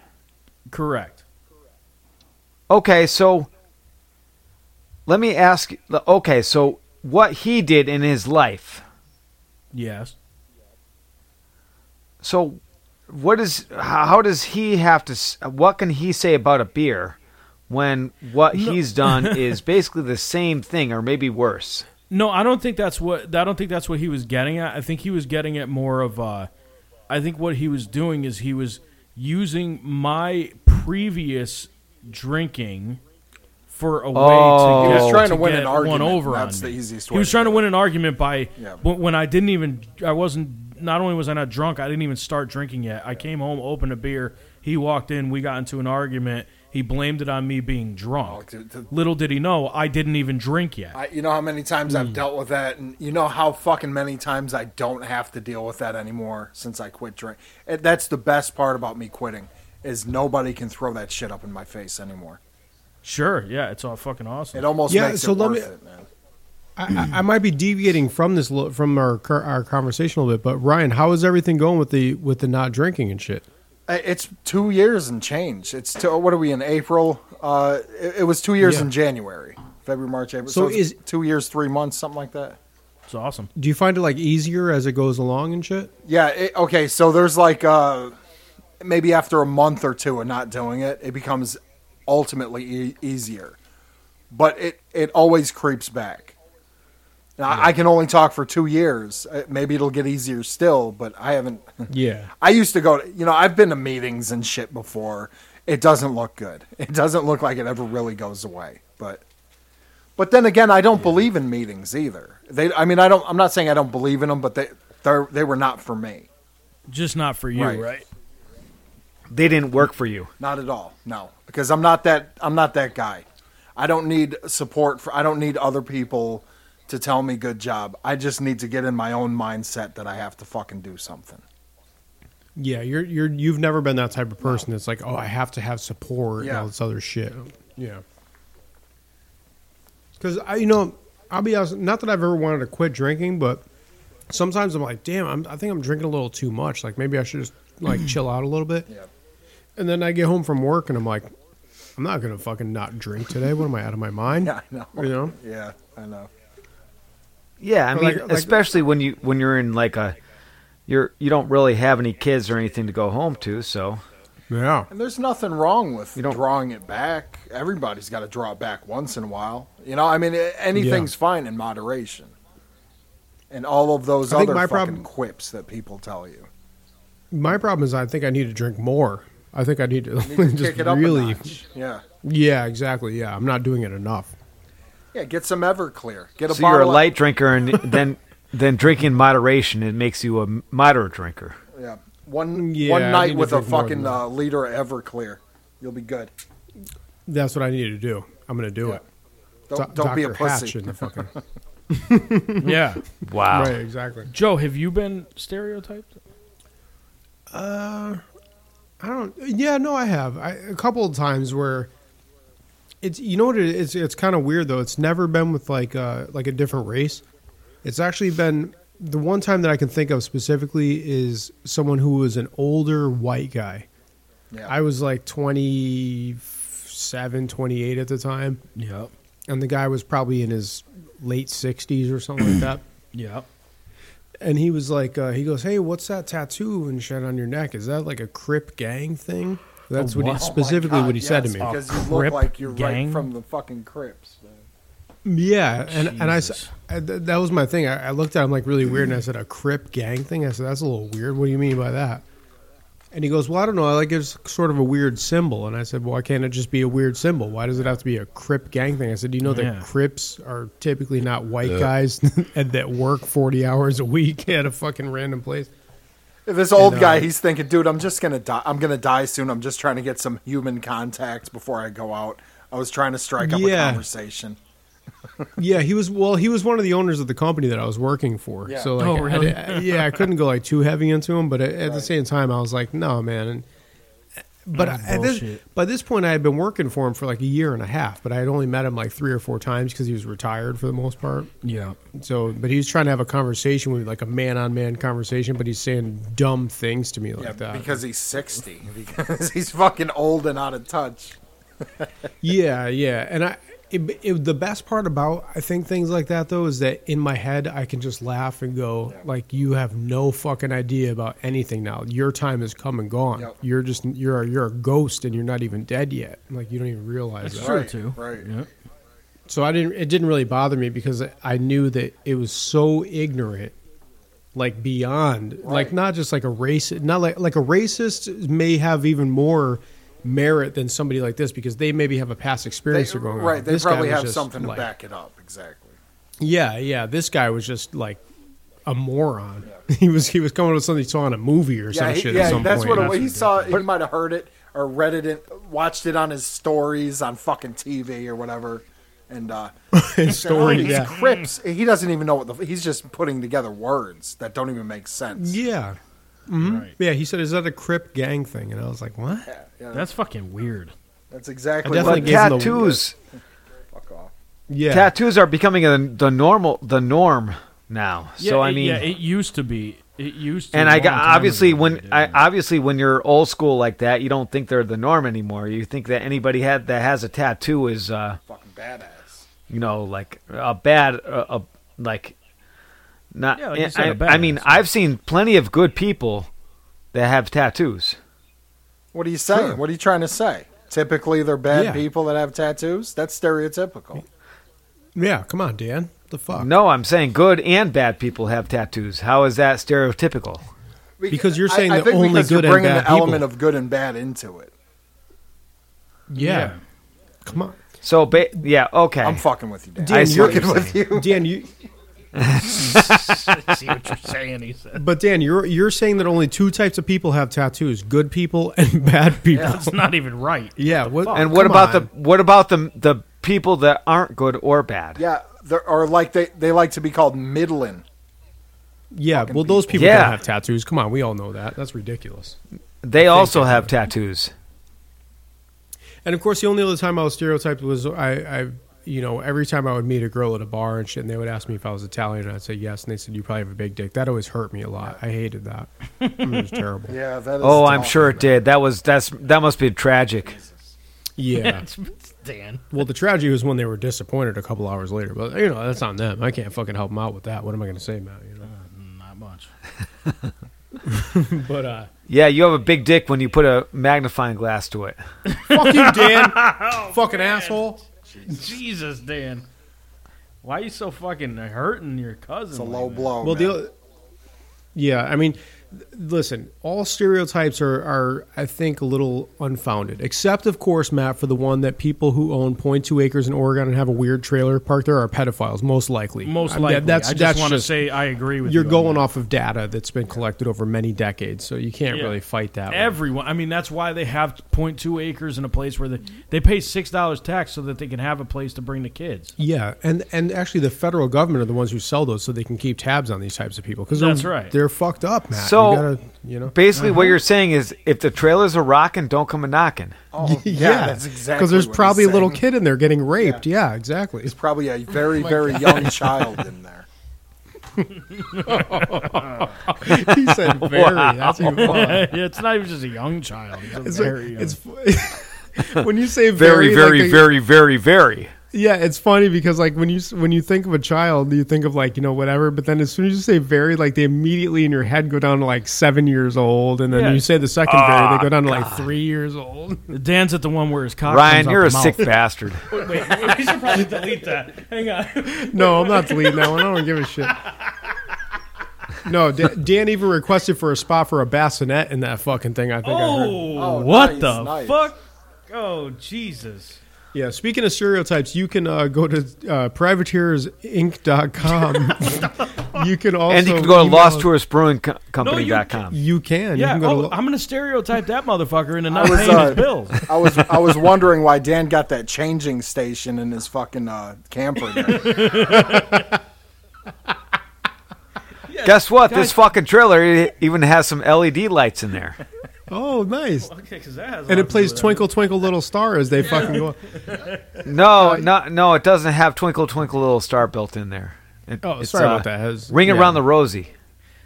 Speaker 2: correct
Speaker 3: Okay, so let me ask. Okay, so what he did in his life.
Speaker 2: yes
Speaker 3: So, what is? How does he have to? s- What can he say about a beer when what he's done is basically the same thing or maybe worse?
Speaker 2: No, I don't think that's what I don't think that's what he was getting at. I think he was getting at more of uh I think what he was doing is he was using my previous drinking for a way
Speaker 3: Oh.
Speaker 2: to
Speaker 3: He
Speaker 2: get
Speaker 3: was
Speaker 4: trying to
Speaker 2: get
Speaker 4: win an
Speaker 2: one
Speaker 4: argument.
Speaker 2: over
Speaker 4: That's
Speaker 2: on
Speaker 4: the
Speaker 2: me.
Speaker 4: easiest
Speaker 2: He
Speaker 4: way
Speaker 2: was
Speaker 4: to
Speaker 2: trying to win an argument by
Speaker 4: Yeah.
Speaker 2: when when I didn't even I wasn't not only was I not drunk, I didn't even start drinking yet. I came home, opened a beer, he walked in, we got into an argument. He blamed it on me being drunk.
Speaker 4: Oh, dude, the-
Speaker 2: Little did he know I didn't even drink yet.
Speaker 4: I, you know how many times
Speaker 1: Hmm.
Speaker 4: I've dealt with that, and you know how fucking many times I don't have to deal with that anymore since I quit drinking. That's the best part about me quitting is nobody can throw that shit up in my face anymore.
Speaker 2: Sure, yeah, it's all fucking awesome.
Speaker 4: It almost
Speaker 1: Yeah,
Speaker 4: makes
Speaker 1: so
Speaker 4: it
Speaker 1: let
Speaker 4: worth
Speaker 1: me-
Speaker 4: it, man.
Speaker 1: I, I- I might be deviating from this lo- from our cur- our conversation a little bit, but Ryan, how is everything going with the with the not drinking and shit?
Speaker 4: Uh, It's two years and change. It's two, what are we in April? Uh, it, it was two years
Speaker 1: Yeah.
Speaker 4: in January, February, March, April.
Speaker 1: So
Speaker 4: So, it's
Speaker 1: is-
Speaker 4: two years, three months, something like that.
Speaker 2: It's awesome.
Speaker 1: Do you find it like easier as it goes along and shit?
Speaker 4: Yeah. It, okay. So there's like uh, maybe after a month or two of not doing it, it becomes ultimately e- easier, but it it always creeps back. And I, I can only talk for two years. Uh, Maybe it'll get easier still, but I haven't.
Speaker 1: Yeah.
Speaker 4: I used to go. To, you know, I've been to meetings and shit before. It doesn't look good. It doesn't look like it ever really goes away. But but then again, I don't believe in meetings either. They. I mean, I don't. I'm not saying I don't believe in them, but they they they were not for me.
Speaker 2: Just not for you, right?
Speaker 4: Right.
Speaker 3: They didn't work for you.
Speaker 4: Not at all. No, because I'm not that. I'm not that guy. I don't need support for. I don't need other people to tell me good job. I just need to get in my own mindset that I have to fucking do something.
Speaker 1: Yeah, you're you're you've never been that type of person that's like, oh, I have to have support and
Speaker 4: Yeah.
Speaker 1: all this other shit. Yeah. Because I, you know, I'll be honest. Not that I've ever wanted to quit drinking, but sometimes I'm like, damn, I'm, I think I'm drinking a little too much. Like maybe I should just like chill out a little bit.
Speaker 4: Yeah.
Speaker 1: And then I get home from work and I'm like, I'm not gonna fucking not drink today. What am I out of my mind?
Speaker 4: Yeah, I know.
Speaker 1: You know.
Speaker 4: Yeah, I know.
Speaker 3: Yeah, I
Speaker 1: Or
Speaker 3: mean,
Speaker 1: like- like-
Speaker 3: especially when you when you're in like a you're you don't really have any kids or anything to go home to, so
Speaker 1: Yeah.
Speaker 4: And there's nothing wrong with
Speaker 3: don't-
Speaker 4: drawing it back. Everybody's got to draw it back once in a while. You know, I mean, eh, anything's fine in moderation. And all of those
Speaker 1: I think
Speaker 4: other
Speaker 1: my
Speaker 4: fucking
Speaker 1: problem-
Speaker 4: quips that people tell you.
Speaker 1: My problem is I think I need to drink more. I think I need to,
Speaker 4: You need to
Speaker 1: just
Speaker 4: kick it up a
Speaker 1: really.
Speaker 4: notch. Yeah.
Speaker 1: Yeah, exactly. Yeah, I'm not doing it enough.
Speaker 4: Yeah, get some Everclear. Get a
Speaker 3: so you're a
Speaker 4: bottle
Speaker 3: light drinker and then then drinking in moderation it makes you a moderate drinker.
Speaker 4: Of, yeah. One
Speaker 1: Yeah, I
Speaker 4: one
Speaker 1: need
Speaker 4: night
Speaker 1: to
Speaker 4: with a
Speaker 1: drink more than
Speaker 4: fucking
Speaker 1: that.
Speaker 4: uh, liter of Everclear. You'll be good.
Speaker 1: That's what I need to do. I'm going to do it.
Speaker 4: Don't,
Speaker 1: Do-
Speaker 4: don't be a
Speaker 1: Dr. Hatch
Speaker 4: pussy.
Speaker 1: in the fucking-
Speaker 2: Yeah.
Speaker 3: Wow.
Speaker 1: Right, exactly.
Speaker 2: Joe, have you been stereotyped?
Speaker 1: I don't. Yeah, no, I have I, a couple of times where it's you know what it is. It's kind of weird though. It's never been with like uh like a different race. It's actually been the one time that I can think of specifically is someone who was an older white guy.
Speaker 4: Yeah.
Speaker 1: I was like 27, 28 at the time,
Speaker 2: Yep.
Speaker 1: and the guy was probably in his late 60s or something like that.
Speaker 2: Yep.
Speaker 1: and he was like, uh, he goes, "Hey, what's that tattoo and shit on your neck? Is that like a Crip gang thing?" That's what
Speaker 2: wow.
Speaker 1: he
Speaker 4: Oh my
Speaker 1: specifically
Speaker 4: God,
Speaker 1: what he said to
Speaker 4: yes,
Speaker 1: me.
Speaker 4: Because you
Speaker 1: Crip
Speaker 4: look like you're
Speaker 2: gang?
Speaker 4: right from the fucking Crips. man.
Speaker 1: yeah, and and I, s-
Speaker 2: Jesus.
Speaker 1: I- th- that was my thing. I, I looked at him like really weird, and I said, "A Crip gang thing." I said, "That's a little weird. What do you mean by that?" And he goes, Well, I don't know. I like it's sort of a weird symbol. And I said, Why can't it just be a weird symbol? Why does it have to be a Crip gang thing? I said, Do you know
Speaker 2: Yeah.
Speaker 1: that Crips are typically not white guys and that work 40 hours a week at a fucking random place?
Speaker 4: This old
Speaker 1: And, uh,
Speaker 4: guy, he's thinking, dude, I'm just gonna die. I'm gonna die soon. I'm just trying to get some human contact before I go out. I was trying to strike up
Speaker 1: Yeah.
Speaker 4: a conversation.
Speaker 1: Yeah, he was. Well, he was one of the owners of the company that I was working for.
Speaker 4: Yeah.
Speaker 1: So, like,
Speaker 2: Oh,
Speaker 1: I
Speaker 2: really?
Speaker 1: di- I- yeah, I couldn't go like too heavy into him, but at, at the same time, I was like, no, man. And, but I,
Speaker 2: That's
Speaker 1: at this,
Speaker 2: bullshit.
Speaker 1: by this point, I had been working for him for like a year and a half, but I had only met him like three or four times because he was retired for the most part.
Speaker 2: Yeah.
Speaker 1: So, but he was trying to have a conversation with me, like a man on man conversation, but he's saying dumb things to me like
Speaker 4: Yeah,
Speaker 1: that.
Speaker 4: because he's sixty. Because he's fucking old and out of touch.
Speaker 1: Yeah, yeah, and I. It, it, the best part about I think things like that though is that in my head I can just laugh and go like you have no fucking idea about anything now. Your time has come and gone.
Speaker 4: Yep.
Speaker 1: You're just you're you're a ghost and you're not even dead yet. Like you don't even realize that.
Speaker 2: Sure,
Speaker 4: right,
Speaker 2: too.
Speaker 4: Right.
Speaker 2: Yeah.
Speaker 1: So I didn't it didn't really bother me because I knew that it was so ignorant like beyond like not just like a racist not like like a racist may have even more merit than somebody like this because they maybe have a past
Speaker 4: They,
Speaker 1: experience they're going on.
Speaker 4: right. They
Speaker 1: This guy
Speaker 4: probably
Speaker 1: was
Speaker 4: have
Speaker 1: just,
Speaker 4: something
Speaker 1: like-
Speaker 4: to back it up. Exactly.
Speaker 1: yeah, yeah. This guy was just like a moron. He was he was coming up with something he saw in a movie or some
Speaker 4: he-
Speaker 1: shit.
Speaker 4: yeah.
Speaker 1: at some
Speaker 4: that's
Speaker 1: point.
Speaker 4: what it, was. he saw. He might have heard it or read it, in, watched it on his stories on fucking TV or whatever. And uh,
Speaker 1: His
Speaker 4: said, "Oh,
Speaker 1: story,
Speaker 4: these
Speaker 1: yeah.
Speaker 4: Crips. He doesn't even know what the. f- He's just putting together words that don't even make sense.
Speaker 1: Yeah.
Speaker 4: Mm-hmm.
Speaker 1: Mhm. Yeah, he said, "Is that a Crip gang thing?" And I was like, "What?"
Speaker 2: That's fucking weird.
Speaker 4: That's
Speaker 1: I
Speaker 4: exactly.
Speaker 1: definitely
Speaker 3: But
Speaker 4: What,
Speaker 1: gave him the-
Speaker 3: tattoos,
Speaker 4: fuck off.
Speaker 1: Yeah,
Speaker 3: tattoos are becoming a, the normal, the norm now. so
Speaker 2: Yeah,
Speaker 3: I
Speaker 2: it-
Speaker 3: mean,
Speaker 2: yeah, it used to be. It used to.
Speaker 3: and
Speaker 2: a
Speaker 3: I
Speaker 2: long
Speaker 3: got
Speaker 2: time
Speaker 3: obviously
Speaker 2: ago,
Speaker 3: when
Speaker 2: it
Speaker 3: I
Speaker 2: didn't.
Speaker 3: obviously when you're old school like that, you don't think they're the norm anymore. You think that anybody had that has a tattoo is uh,
Speaker 4: Fucking badass.
Speaker 3: you know like a bad a, a like not.
Speaker 2: Yeah, like you said,
Speaker 3: I,
Speaker 2: a badass,
Speaker 3: I mean, I've seen plenty of good people that have tattoos.
Speaker 4: What are you saying? What are you trying to say? Typically, they're bad
Speaker 1: Yeah.
Speaker 4: people that have tattoos. That's stereotypical.
Speaker 1: yeah. Come on, Dan. The fuck?
Speaker 3: No, I'm saying good and bad people have tattoos. How is that stereotypical?
Speaker 1: Because you're saying
Speaker 4: I, I
Speaker 1: that
Speaker 4: think
Speaker 1: only
Speaker 4: because
Speaker 1: good and
Speaker 4: you're bringing
Speaker 1: bad
Speaker 4: the element
Speaker 1: people-
Speaker 4: of good and bad into it.
Speaker 1: Yeah.
Speaker 2: Yeah.
Speaker 1: Come on,
Speaker 3: So, ba- yeah, okay.
Speaker 4: I'm fucking with you, Dan.
Speaker 1: Dan.
Speaker 3: see
Speaker 1: you're
Speaker 3: what you're
Speaker 4: with you.
Speaker 1: Dan. You,
Speaker 2: I see what you're saying. He said
Speaker 1: but Dan, you're you're saying that only two types of people have tattoos: good people and bad people. Yeah.
Speaker 2: it's not even right.
Speaker 1: what,
Speaker 3: and what
Speaker 1: come
Speaker 3: about
Speaker 1: on.
Speaker 3: the what about the the people that aren't good or bad?
Speaker 4: Yeah, they're, or like they, they like to be called middling.
Speaker 1: Yeah, well, those people
Speaker 3: Yeah.
Speaker 1: don't have tattoos. Come on, we all know that. That's ridiculous.
Speaker 3: They also have tattoos.
Speaker 1: And of course, the only other time I was stereotyped was I, I, you know, every time I would meet a girl at a bar and shit, and they would ask me if I was Italian, and I'd say yes, and they said you probably have a big dick. That always hurt me a lot. I hated that. it was terrible. Yeah,
Speaker 4: Yeah, that is.
Speaker 3: Oh, I'm
Speaker 4: tough.
Speaker 3: sure it did. That was that's that must be tragic.
Speaker 2: Dan.
Speaker 1: Well, the tragedy was when they were disappointed a couple hours later. But you know, that's on them. I can't fucking help them out with that. What am I going to say, Matt? You know.
Speaker 2: Not much.
Speaker 1: But uh,
Speaker 3: Yeah, you have a big dick when you put a magnifying glass to it.
Speaker 1: fuck you, Dan. Oh,
Speaker 2: Oh,
Speaker 1: fucking asshole.
Speaker 2: Jesus, Dan. Why are you so fucking hurting your cousin?
Speaker 4: It's a
Speaker 2: like
Speaker 4: low
Speaker 2: that?
Speaker 4: blow.
Speaker 1: Well,
Speaker 4: man.
Speaker 1: the o- yeah, I mean, th- listen, all stereotypes are, are I think a little unfounded, except of course, Matt, for the one that people who own 0.2 acres in Oregon and have a weird trailer park there are pedophiles, most likely.
Speaker 2: Most
Speaker 1: I- Uh, that-
Speaker 2: likely.
Speaker 1: that's
Speaker 2: I just
Speaker 1: that's
Speaker 2: want to say I agree with
Speaker 1: you're
Speaker 2: you. on
Speaker 1: going
Speaker 2: that.
Speaker 1: off of data that's been collected over many decades, so you can't
Speaker 2: Yeah.
Speaker 1: really fight that. one.
Speaker 2: Everyone. I mean, that's why they have 0.2 acres in a place where they, they pay $6 tax so that they can have a place to bring the kids.
Speaker 1: Yeah, and and actually, the federal government are the ones who sell those, so they can keep tabs on these types of people because
Speaker 2: That's
Speaker 1: they're,
Speaker 2: right.
Speaker 1: They're fucked up, Matt.
Speaker 3: So-
Speaker 1: you, gotta, you know.
Speaker 3: Basically, what you're saying is if the trailers are rocking, don't come a knocking.
Speaker 4: oh, yeah, that's exactly.
Speaker 1: Because there's
Speaker 4: what he's
Speaker 1: probably a little
Speaker 4: saying.
Speaker 1: kid in there getting raped. Yeah, exactly.
Speaker 4: There's probably a very very young child in there.
Speaker 1: he said very. That's even fun.
Speaker 2: it's not even just a young child. It's, a
Speaker 1: It's,
Speaker 2: very young.
Speaker 1: it's fu- when you say
Speaker 3: Very,
Speaker 1: very,
Speaker 3: very,
Speaker 1: like,
Speaker 3: very, very, very.
Speaker 1: Yeah, it's funny because like when you s- when you think of a child, you think of like you know whatever, but then as soon as you say very, like they immediately in your head go down to like seven years old, and then
Speaker 2: Yeah.
Speaker 1: you say the second very, they go down to like three years old.
Speaker 2: Dan's at the one where his cock comes
Speaker 3: Ryan,
Speaker 2: out
Speaker 3: you're a
Speaker 2: the mouth.
Speaker 3: sick bastard.
Speaker 2: Wait, we should probably delete that. Hang on.
Speaker 1: No, I'm not deleting that one. I don't give a shit. No, Dan, Dan even requested for a spot for a bassinet in that fucking thing. I think I heard.
Speaker 2: Oh,
Speaker 4: Oh,
Speaker 2: what
Speaker 4: nice,
Speaker 2: the
Speaker 4: nice.
Speaker 2: fuck? Oh, Jesus.
Speaker 1: Yeah, speaking of stereotypes, you can uh, go to uh, privateersinc.com. you can also
Speaker 3: and you can go to
Speaker 1: email-
Speaker 2: No, you
Speaker 3: losttouristbrewingcompany.com.
Speaker 1: You can.
Speaker 2: Yeah,
Speaker 1: you can go
Speaker 2: oh,
Speaker 1: to,
Speaker 2: I'm going to stereotype that motherfucker into not
Speaker 4: was,
Speaker 2: paying
Speaker 4: uh,
Speaker 2: his bills.
Speaker 4: I was I was wondering why Dan got that changing station in his fucking uh, camper. There.
Speaker 3: Guess what? This fucking trailer e- even has some LED lights in there.
Speaker 1: oh, nice.
Speaker 2: Okay, because that has a lot
Speaker 1: And
Speaker 2: to
Speaker 1: it
Speaker 2: do
Speaker 1: plays
Speaker 2: with
Speaker 1: Twinkle Twinkle Little Star as they fucking go.
Speaker 3: No, no, no. It doesn't have Twinkle Twinkle Little Star built in there. It-
Speaker 1: Oh,
Speaker 3: it's,
Speaker 1: sorry
Speaker 3: uh,
Speaker 1: about that. It has-
Speaker 3: Ring
Speaker 1: yeah.
Speaker 3: around the rosy.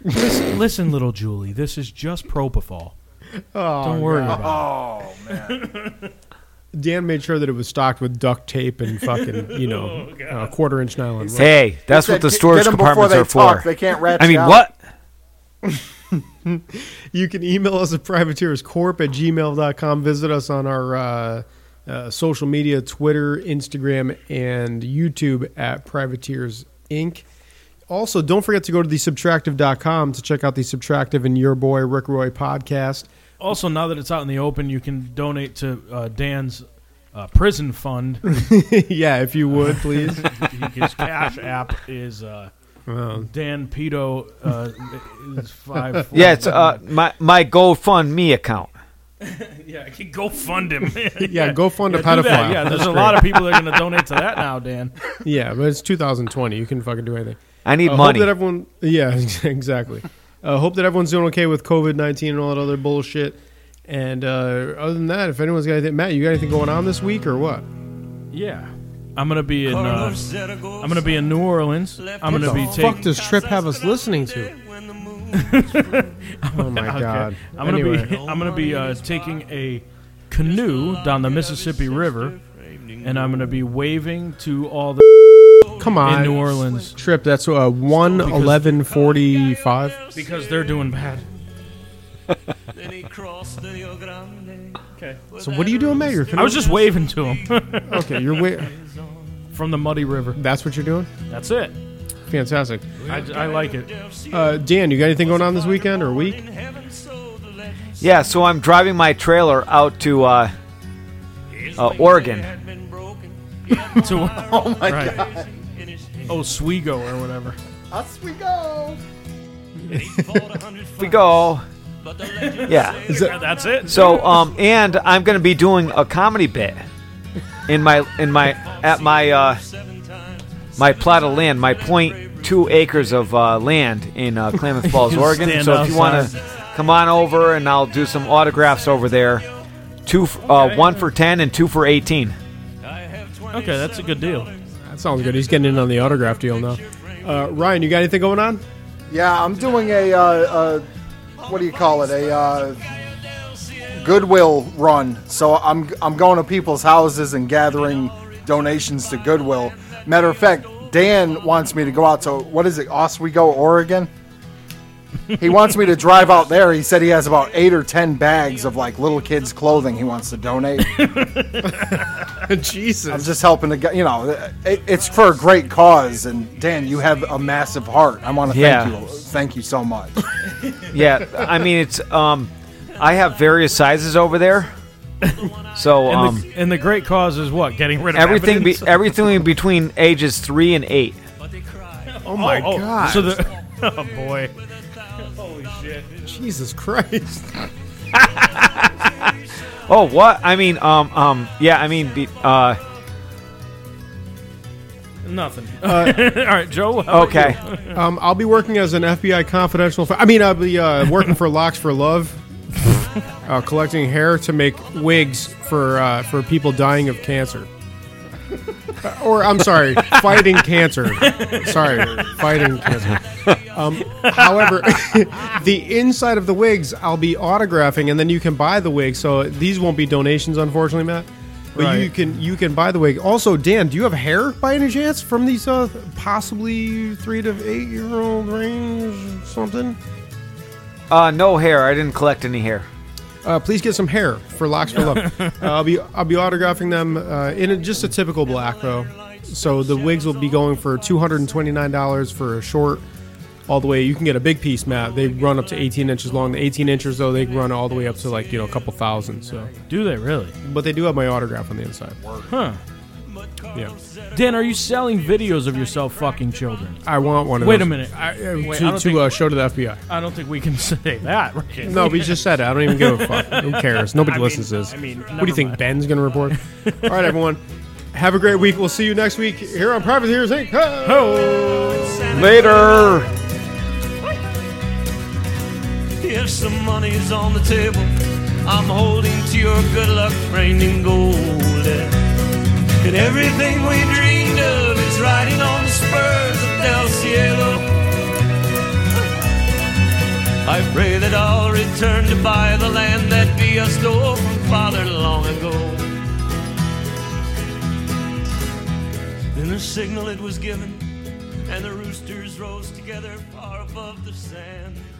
Speaker 2: Listen, listen, little Julie, this is just propofol.
Speaker 1: Oh,
Speaker 2: Don't worry about
Speaker 4: Oh,
Speaker 1: Dan made sure that it was stocked with duct tape and fucking, you know,
Speaker 2: Oh,
Speaker 1: uh, quarter inch nylon. rope.
Speaker 3: Hey, that's
Speaker 4: Said,
Speaker 3: what the
Speaker 4: "Get-
Speaker 3: storage
Speaker 4: get 'em before
Speaker 3: compartments
Speaker 4: they
Speaker 3: are
Speaker 4: talk.
Speaker 3: for.
Speaker 4: They can't ratchet.
Speaker 3: I mean,
Speaker 4: out.
Speaker 3: what?
Speaker 1: You can email us at privateerscorp at gmail.com. Visit us on our uh, uh, social media Twitter, Instagram, and YouTube at Privateers Inc. Also, don't forget to go to thesubtractive.com to check out the Subtractive and your boy Rick Roy podcast.
Speaker 2: it. Also, now that it's out in the open, you can donate to uh, Dan's uh, prison fund.
Speaker 1: yeah, if you would, please.
Speaker 2: His cash app is uh, Dan Pito. Uh, is five.
Speaker 3: Yeah, it's uh, my my GoFundMe account.
Speaker 2: yeah. I can go fund him.
Speaker 1: Yeah, go fund a
Speaker 2: do that.
Speaker 1: pedophile.
Speaker 2: Yeah, there's a lot of people that are going to donate to that now, Dan.
Speaker 1: Yeah, but it's 2020. You can fucking do anything.
Speaker 3: I need
Speaker 1: Uh,
Speaker 3: money.
Speaker 1: Hope that everyone, yeah, exactly. Uh, hope that everyone's doing okay with COVID nineteen and all that other bullshit. And uh, other than that, if anyone's got anything, Matt, you got anything going on this week or what?
Speaker 2: Yeah, I'm going to be in. Uh, I'm going to be in New Orleans. I'm going to be
Speaker 1: Fuck,
Speaker 2: taking.
Speaker 1: does Trip have us listening to? oh my god!
Speaker 2: I'm going to
Speaker 1: Anyway.
Speaker 2: be. I'm going to be uh, taking a canoe down the Mississippi River, and I'm going to be waving to all the
Speaker 1: Come on,
Speaker 2: in New Orleans
Speaker 1: Trip. That's uh, one eleven forty five.
Speaker 2: because they're doing bad.
Speaker 1: So what are you doing, Matt? You're
Speaker 2: I was just waving to them
Speaker 1: okay. You're wait.
Speaker 2: from the muddy river.
Speaker 1: That's what you're doing.
Speaker 2: That's it.
Speaker 1: Fantastic.
Speaker 2: I, I like it.
Speaker 1: Uh, Dan, you got anything going on this weekend or week?
Speaker 3: yeah, so I'm driving my trailer out to uh, uh, Oregon.
Speaker 2: To, oh my god. Oswego or whatever.
Speaker 4: Us we go.
Speaker 3: We go. Yeah.
Speaker 2: Yeah, that's it.
Speaker 3: So, um, and I'm going to be doing a comedy bit in my in my at my uh, my plot of land, my point two acres of uh, land in uh, Klamath Falls,
Speaker 2: You
Speaker 3: Oregon.
Speaker 2: stand
Speaker 3: So, if you want to come on over, and I'll do some autographs over there. Two, f uh, one for ten and two for eighteen.
Speaker 2: okay, that's a good deal.
Speaker 1: That sounds good. He's getting in on the autograph deal now. Uh, Ryan, you got anything going on?
Speaker 4: Yeah, I'm doing a uh, uh, what do you call it? A uh, Goodwill run. So I'm I'm going to people's houses and gathering donations to Goodwill. Matter of fact, Dan wants me to go out to what is it? Oswego, Oregon. He wants me to drive out there. He said he has about eight or ten bags of like little kids' clothing. He wants to donate.
Speaker 1: Jesus.
Speaker 4: I'm just helping to get, you know, it, it's for a great cause. And Dan, you have a massive heart. I want to
Speaker 3: Yeah.
Speaker 4: thank you. Thank you so much.
Speaker 3: Yeah, I mean it's. Um, I have various sizes over there. So
Speaker 2: And,
Speaker 3: um,
Speaker 2: the, and the great cause is what? Getting rid of
Speaker 3: everything be,
Speaker 2: evidence?
Speaker 3: everything between ages three and eight.
Speaker 1: oh my
Speaker 2: oh,
Speaker 1: god.
Speaker 2: So the, oh boy. Holy shit.
Speaker 1: Jesus Christ.
Speaker 3: Oh, what? I mean, um, um, yeah, I mean, be, uh,
Speaker 2: Nothing.
Speaker 1: Uh,
Speaker 2: All right, Joe. how about
Speaker 3: okay.
Speaker 1: Um, I'll be working as an FBI confidential. fi- I mean, I'll be uh, working for Locks for Love, uh, collecting hair to make wigs for uh, for people dying of cancer. Uh, Or I'm sorry, fighting cancer. Sorry, fighting cancer. Um, however, the inside of the wigs I'll be autographing, and then you can buy the wig. So these won't be donations, unfortunately, Matt. But you
Speaker 2: Right.
Speaker 1: can you can buy the wig. Also, Dan, do you have hair by any chance from these uh, possibly three to eight year old range something?
Speaker 3: Uh, no hair. I didn't collect any hair.
Speaker 1: Uh, please get some hair for locks for love. uh, I'll be I'll be autographing them uh, in a, just a typical black though. So the wigs will be going for two hundred and twenty nine dollars for a short, all the way. You can get a big piece mat. They run up to 18 inches long. The 18 inches though, they run all the way up to like you know a couple thousand. So,
Speaker 2: Do they really?
Speaker 1: but they do have my autograph on the inside.
Speaker 2: Huh.
Speaker 1: Yeah,
Speaker 2: Dan, are you selling videos of yourself fucking children?
Speaker 1: I want one. Of
Speaker 2: Wait
Speaker 1: those.
Speaker 2: a minute.
Speaker 1: I, uh,
Speaker 2: Wait, I
Speaker 1: to
Speaker 2: don't
Speaker 1: to
Speaker 2: think-
Speaker 1: uh, show to the FBI.
Speaker 2: I don't think we can say that. Right?
Speaker 1: No, we just said it. I don't even give a fuck. Who cares? Nobody
Speaker 2: I mean-
Speaker 1: listens to this.
Speaker 2: I mean,
Speaker 1: what
Speaker 2: never
Speaker 1: do you think
Speaker 2: mind.
Speaker 1: Ben's going to report? All right, everyone. Have a great week. We'll see you next week here on Privateers Inc.
Speaker 3: Later.
Speaker 8: If some money's on the table, I'm holding to your good luck framing gold. And everything we dreamed of is riding on the spurs of Del Cielo. I pray that I'll return to buy the land that be a stole from father long ago. Then the signal it was given, and the roosters rose together far above the sand.